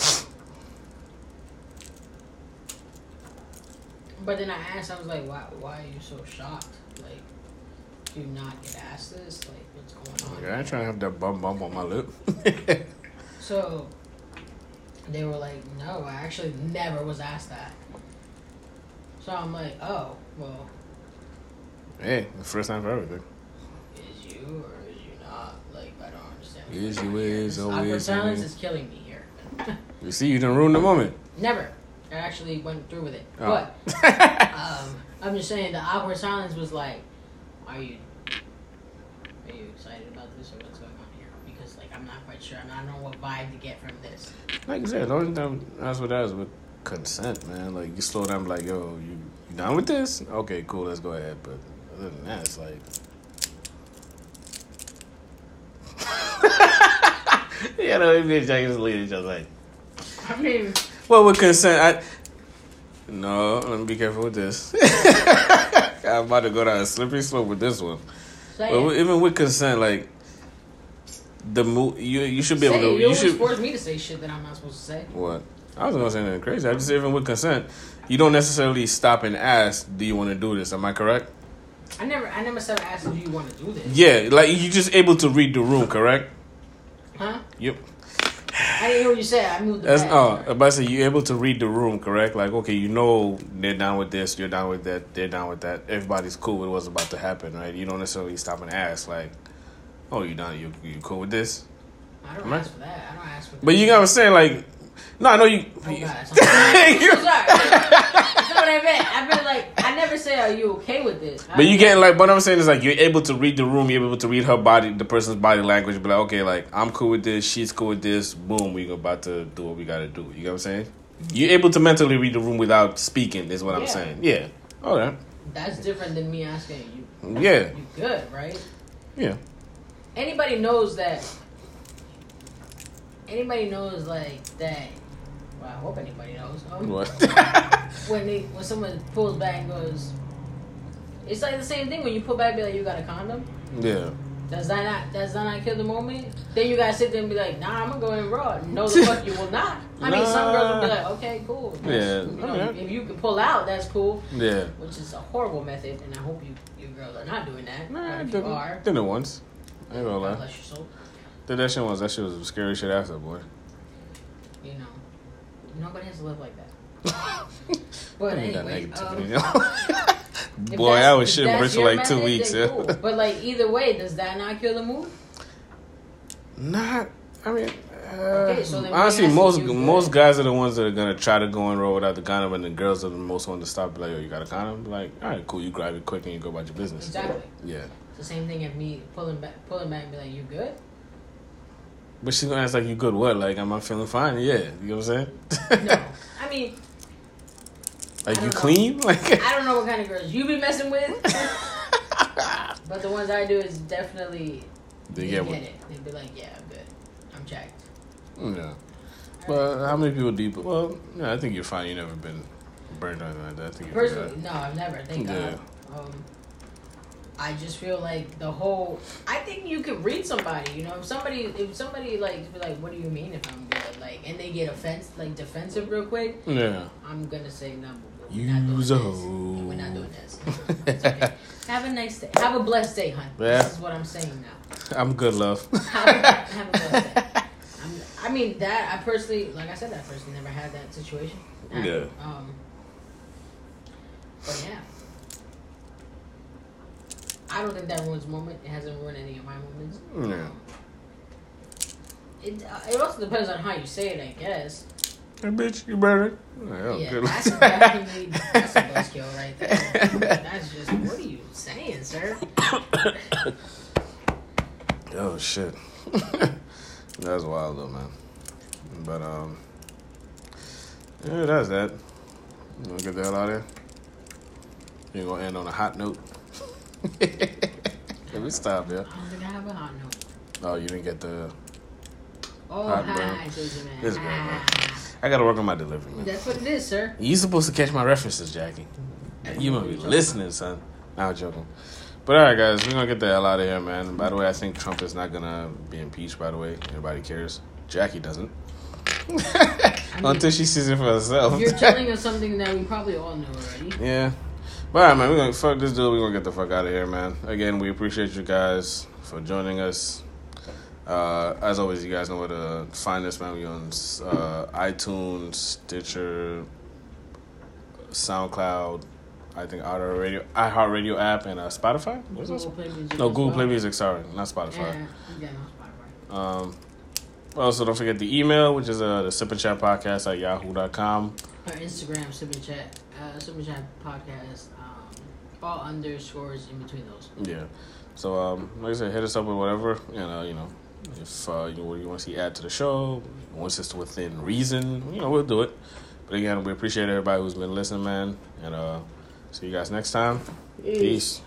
[SPEAKER 1] but then I asked, I was like, why, why are you so shocked? Like, do you not get asked this? Like, what's going on?
[SPEAKER 2] Like, I ain't trying to have that bum bump on my lip.
[SPEAKER 1] So they were like, no, I actually never was asked that. So I'm like, oh, well,
[SPEAKER 2] hey, the first time for everything.
[SPEAKER 1] is you or is you not? Like, I don't understand. what's
[SPEAKER 2] Is
[SPEAKER 1] going
[SPEAKER 2] you
[SPEAKER 1] on here.
[SPEAKER 2] is,
[SPEAKER 1] This
[SPEAKER 2] oh,
[SPEAKER 1] awkward
[SPEAKER 2] is you
[SPEAKER 1] silence
[SPEAKER 2] is.
[SPEAKER 1] is killing me here.
[SPEAKER 2] You see, you done ruined the moment.
[SPEAKER 1] never. I actually went through with it.
[SPEAKER 2] Oh.
[SPEAKER 1] But Um, I'm just saying the awkward silence was like, are you are you excited about this or what's going on here? Because like I'm not quite sure. I, mean, I don't know what vibe to get from this.
[SPEAKER 2] like I said, the only time that's what that is with consent, man. Like you slow down, be like yo, you, you done with this? Okay, cool, let's go ahead. But other than that, it's like. yeah, no, me and Jack just lead each other like.
[SPEAKER 1] I mean,
[SPEAKER 2] Well, with consent, I. No, let me be careful with this. I'm about to go down a slippery slope with this one.
[SPEAKER 1] say
[SPEAKER 2] But
[SPEAKER 1] it.
[SPEAKER 2] even with consent, like the mo- you you should be
[SPEAKER 1] Say
[SPEAKER 2] able
[SPEAKER 1] it.
[SPEAKER 2] to
[SPEAKER 1] You always
[SPEAKER 2] should
[SPEAKER 1] force me to say shit that I'm not supposed to say.
[SPEAKER 2] what? I was gonna say nothing crazy. I just even with consent, you don't necessarily stop and ask, "Do you want to do this?" Am I correct?
[SPEAKER 1] I never, I never said, asked, do you want to do this?
[SPEAKER 2] Yeah, like you just able to read the room, correct?
[SPEAKER 1] Huh?
[SPEAKER 2] Yep.
[SPEAKER 1] I didn't hear what you said. I moved the
[SPEAKER 2] That's
[SPEAKER 1] bag.
[SPEAKER 2] oh, I'm about to say you able to read the room, correct? Like okay, you know they're down with this, you're down with that, they're down with that. Everybody's cool with what's about to happen, right? You don't necessarily stop and ask, like, "Oh, you down? You you cool with this?"
[SPEAKER 1] I don't
[SPEAKER 2] Right.
[SPEAKER 1] ask for that. I don't ask for that.
[SPEAKER 2] But you got what I'm saying, like, no, I know you.
[SPEAKER 1] Oh, God. I'm so sorry. I'm so
[SPEAKER 2] You're-
[SPEAKER 1] sorry. That's not what I meant. I meant like I never say, "Are you okay with this?" I
[SPEAKER 2] But you get like what I'm saying is like you're able to read the room, you're able to read her body, the person's body language. Be like, okay, like I'm cool with this, she's cool with this. Boom, we about to do what we gotta do. You get what I'm saying? You're able to mentally read the room without speaking. Is what I'm
[SPEAKER 1] Mm-hmm. Yeah.
[SPEAKER 2] saying. Yeah. All right.
[SPEAKER 1] That's different than me asking you.
[SPEAKER 2] Yeah.
[SPEAKER 1] You good, right?
[SPEAKER 2] Yeah.
[SPEAKER 1] Anybody knows that. Anybody knows like that. Well, I hope anybody knows. Um,
[SPEAKER 2] What?
[SPEAKER 1] when they when someone pulls back and goes, it's like the same thing when you pull back, be like, "You got a condom."
[SPEAKER 2] yeah.
[SPEAKER 1] Does that not does that not kill the moment? Then you gotta sit there and be like, "Nah, I'm gonna go in raw." No, the fuck you will not. I mean, some girls will be like, "Okay, cool." That's-
[SPEAKER 2] Yeah,
[SPEAKER 1] you know,
[SPEAKER 2] okay.
[SPEAKER 1] if you can pull out, that's cool.
[SPEAKER 2] Yeah.
[SPEAKER 1] Which is a horrible method, and I hope you you girls are not doing that.
[SPEAKER 2] Nah,
[SPEAKER 1] Or
[SPEAKER 2] I
[SPEAKER 1] if
[SPEAKER 2] did,
[SPEAKER 1] you are,
[SPEAKER 2] it- did it once. I ain't gonna
[SPEAKER 1] God
[SPEAKER 2] lie.
[SPEAKER 1] bless your soul.
[SPEAKER 2] Did that shit once. That shit was some scary shit after, boy.
[SPEAKER 1] you know, nobody has to live like that. But
[SPEAKER 2] Give me that
[SPEAKER 1] anyway, um,
[SPEAKER 2] negativity.
[SPEAKER 1] if
[SPEAKER 2] boy,
[SPEAKER 1] that's-
[SPEAKER 2] I was
[SPEAKER 1] if
[SPEAKER 2] shit
[SPEAKER 1] that's
[SPEAKER 2] rich for
[SPEAKER 1] your
[SPEAKER 2] like two
[SPEAKER 1] method,
[SPEAKER 2] weeks.
[SPEAKER 1] then
[SPEAKER 2] Yeah.
[SPEAKER 1] cool. But like either way, does that not kill the mood?
[SPEAKER 2] Not. I mean, uh,
[SPEAKER 1] so then
[SPEAKER 2] honestly,
[SPEAKER 1] when I see
[SPEAKER 2] most
[SPEAKER 1] you good-
[SPEAKER 2] most guys are the ones that are gonna try to go and roll without the condom, and the girls are the most ones to stop. Be like, oh, you got a condom? Be like, all right, cool. You grab it quick and you go about your business.
[SPEAKER 1] Exactly.
[SPEAKER 2] Yeah,
[SPEAKER 1] It's the same thing if me pulling back, pulling back, and be like, "You good?"
[SPEAKER 2] but she's gonna ask like, you good? What? Like, am I feeling fine? Yeah, you know what I'm saying?
[SPEAKER 1] No, I mean,
[SPEAKER 2] like,
[SPEAKER 1] I
[SPEAKER 2] you
[SPEAKER 1] don't know.
[SPEAKER 2] clean? Like,
[SPEAKER 1] I don't know what kind of girls you be messing with, but the ones I do is definitely
[SPEAKER 2] They
[SPEAKER 1] They
[SPEAKER 2] get
[SPEAKER 1] get
[SPEAKER 2] one.
[SPEAKER 1] it. They'd be like, yeah, I'm good. I'm jacked.
[SPEAKER 2] Yeah. But how many people do you? Well, yeah, I think you're fine. you never been burned or anything like that. I think you're
[SPEAKER 1] Personally,
[SPEAKER 2] good.
[SPEAKER 1] no, I've never. Thank
[SPEAKER 2] Yeah.
[SPEAKER 1] God. Um, I just feel like the whole. I think you could read somebody. You know, if somebody, if somebody like be like, "What do you mean if I'm good?" Like, and they get offense, like defensive real quick.
[SPEAKER 2] Yeah.
[SPEAKER 1] I'm gonna say no. but We're not doing
[SPEAKER 2] Use
[SPEAKER 1] this.
[SPEAKER 2] a
[SPEAKER 1] We're not doing this. It's okay. Have a nice day. Have a blessed day, hon.
[SPEAKER 2] Yeah.
[SPEAKER 1] This is what I'm saying now.
[SPEAKER 2] I'm good, love.
[SPEAKER 1] Have a, have a blessed day. I'm, I mean that I personally, like I said, that person never had that situation. I-
[SPEAKER 2] Yeah.
[SPEAKER 1] Um. But yeah, I don't think that ruins moment. It hasn't ruined any of my moments.
[SPEAKER 2] Yeah.
[SPEAKER 1] It uh, it also depends on how you say it, I guess.
[SPEAKER 2] Hey, bitch, you better. Yeah,
[SPEAKER 1] yeah,
[SPEAKER 2] Oh, good.
[SPEAKER 1] that's definitely that's a buzzkill right there. That's just what are you saying, sir?
[SPEAKER 2] oh shit. that's wild though, man. But um, yeah, that's that. You wanna get the hell out of here? You gonna end on a hot note? Can we stop, yeah?
[SPEAKER 1] I don't think I have a hot note.
[SPEAKER 2] Oh, you didn't get the.
[SPEAKER 1] Oh,
[SPEAKER 2] Hot
[SPEAKER 1] hi,
[SPEAKER 2] brown.
[SPEAKER 1] JJ man.
[SPEAKER 2] It's good, man.
[SPEAKER 1] Ah.
[SPEAKER 2] I gotta work on my delivery, man.
[SPEAKER 1] That's what it is, sir.
[SPEAKER 2] You supposed to catch my references, Jackie. You must be listening, son. Nah, I'm joking. But all right, guys, we're gonna get the hell out of here, man. By the way, I think Trump is not gonna be impeached. By the way, anybody cares? Jackie doesn't
[SPEAKER 1] I mean,
[SPEAKER 2] until she sees it for herself.
[SPEAKER 1] you're telling us something that we probably all know already.
[SPEAKER 2] yeah. But all right, man, we're gonna fuck this dude. We're gonna get the fuck out of here, man. Again, we appreciate you guys for joining us. Uh, as always, you guys know where to find us, man. We on uh, iTunes, Stitcher, SoundCloud, I think Outer Radio, iHeartRadio app, and uh, Spotify. What's that?
[SPEAKER 1] Google Play Music.
[SPEAKER 2] No,
[SPEAKER 1] as
[SPEAKER 2] Google
[SPEAKER 1] well.
[SPEAKER 2] Play Music. Sorry, not Spotify.
[SPEAKER 1] Yeah, yeah, no, Spotify.
[SPEAKER 2] Um, also, don't forget the email, which is uh, the Sip and Chat Podcast at yahoo.com.
[SPEAKER 1] Or Instagram, Super Chat, uh, Super Chat Podcast, um, all underscores in between those.
[SPEAKER 2] Yeah. So, um, like I said, hit us up with whatever. You know, you know, if uh, you, what you want to see add to the show, once it's within reason, you know, we'll do it. But again, we appreciate everybody who's been listening, man. And uh, see you guys next time. Peace.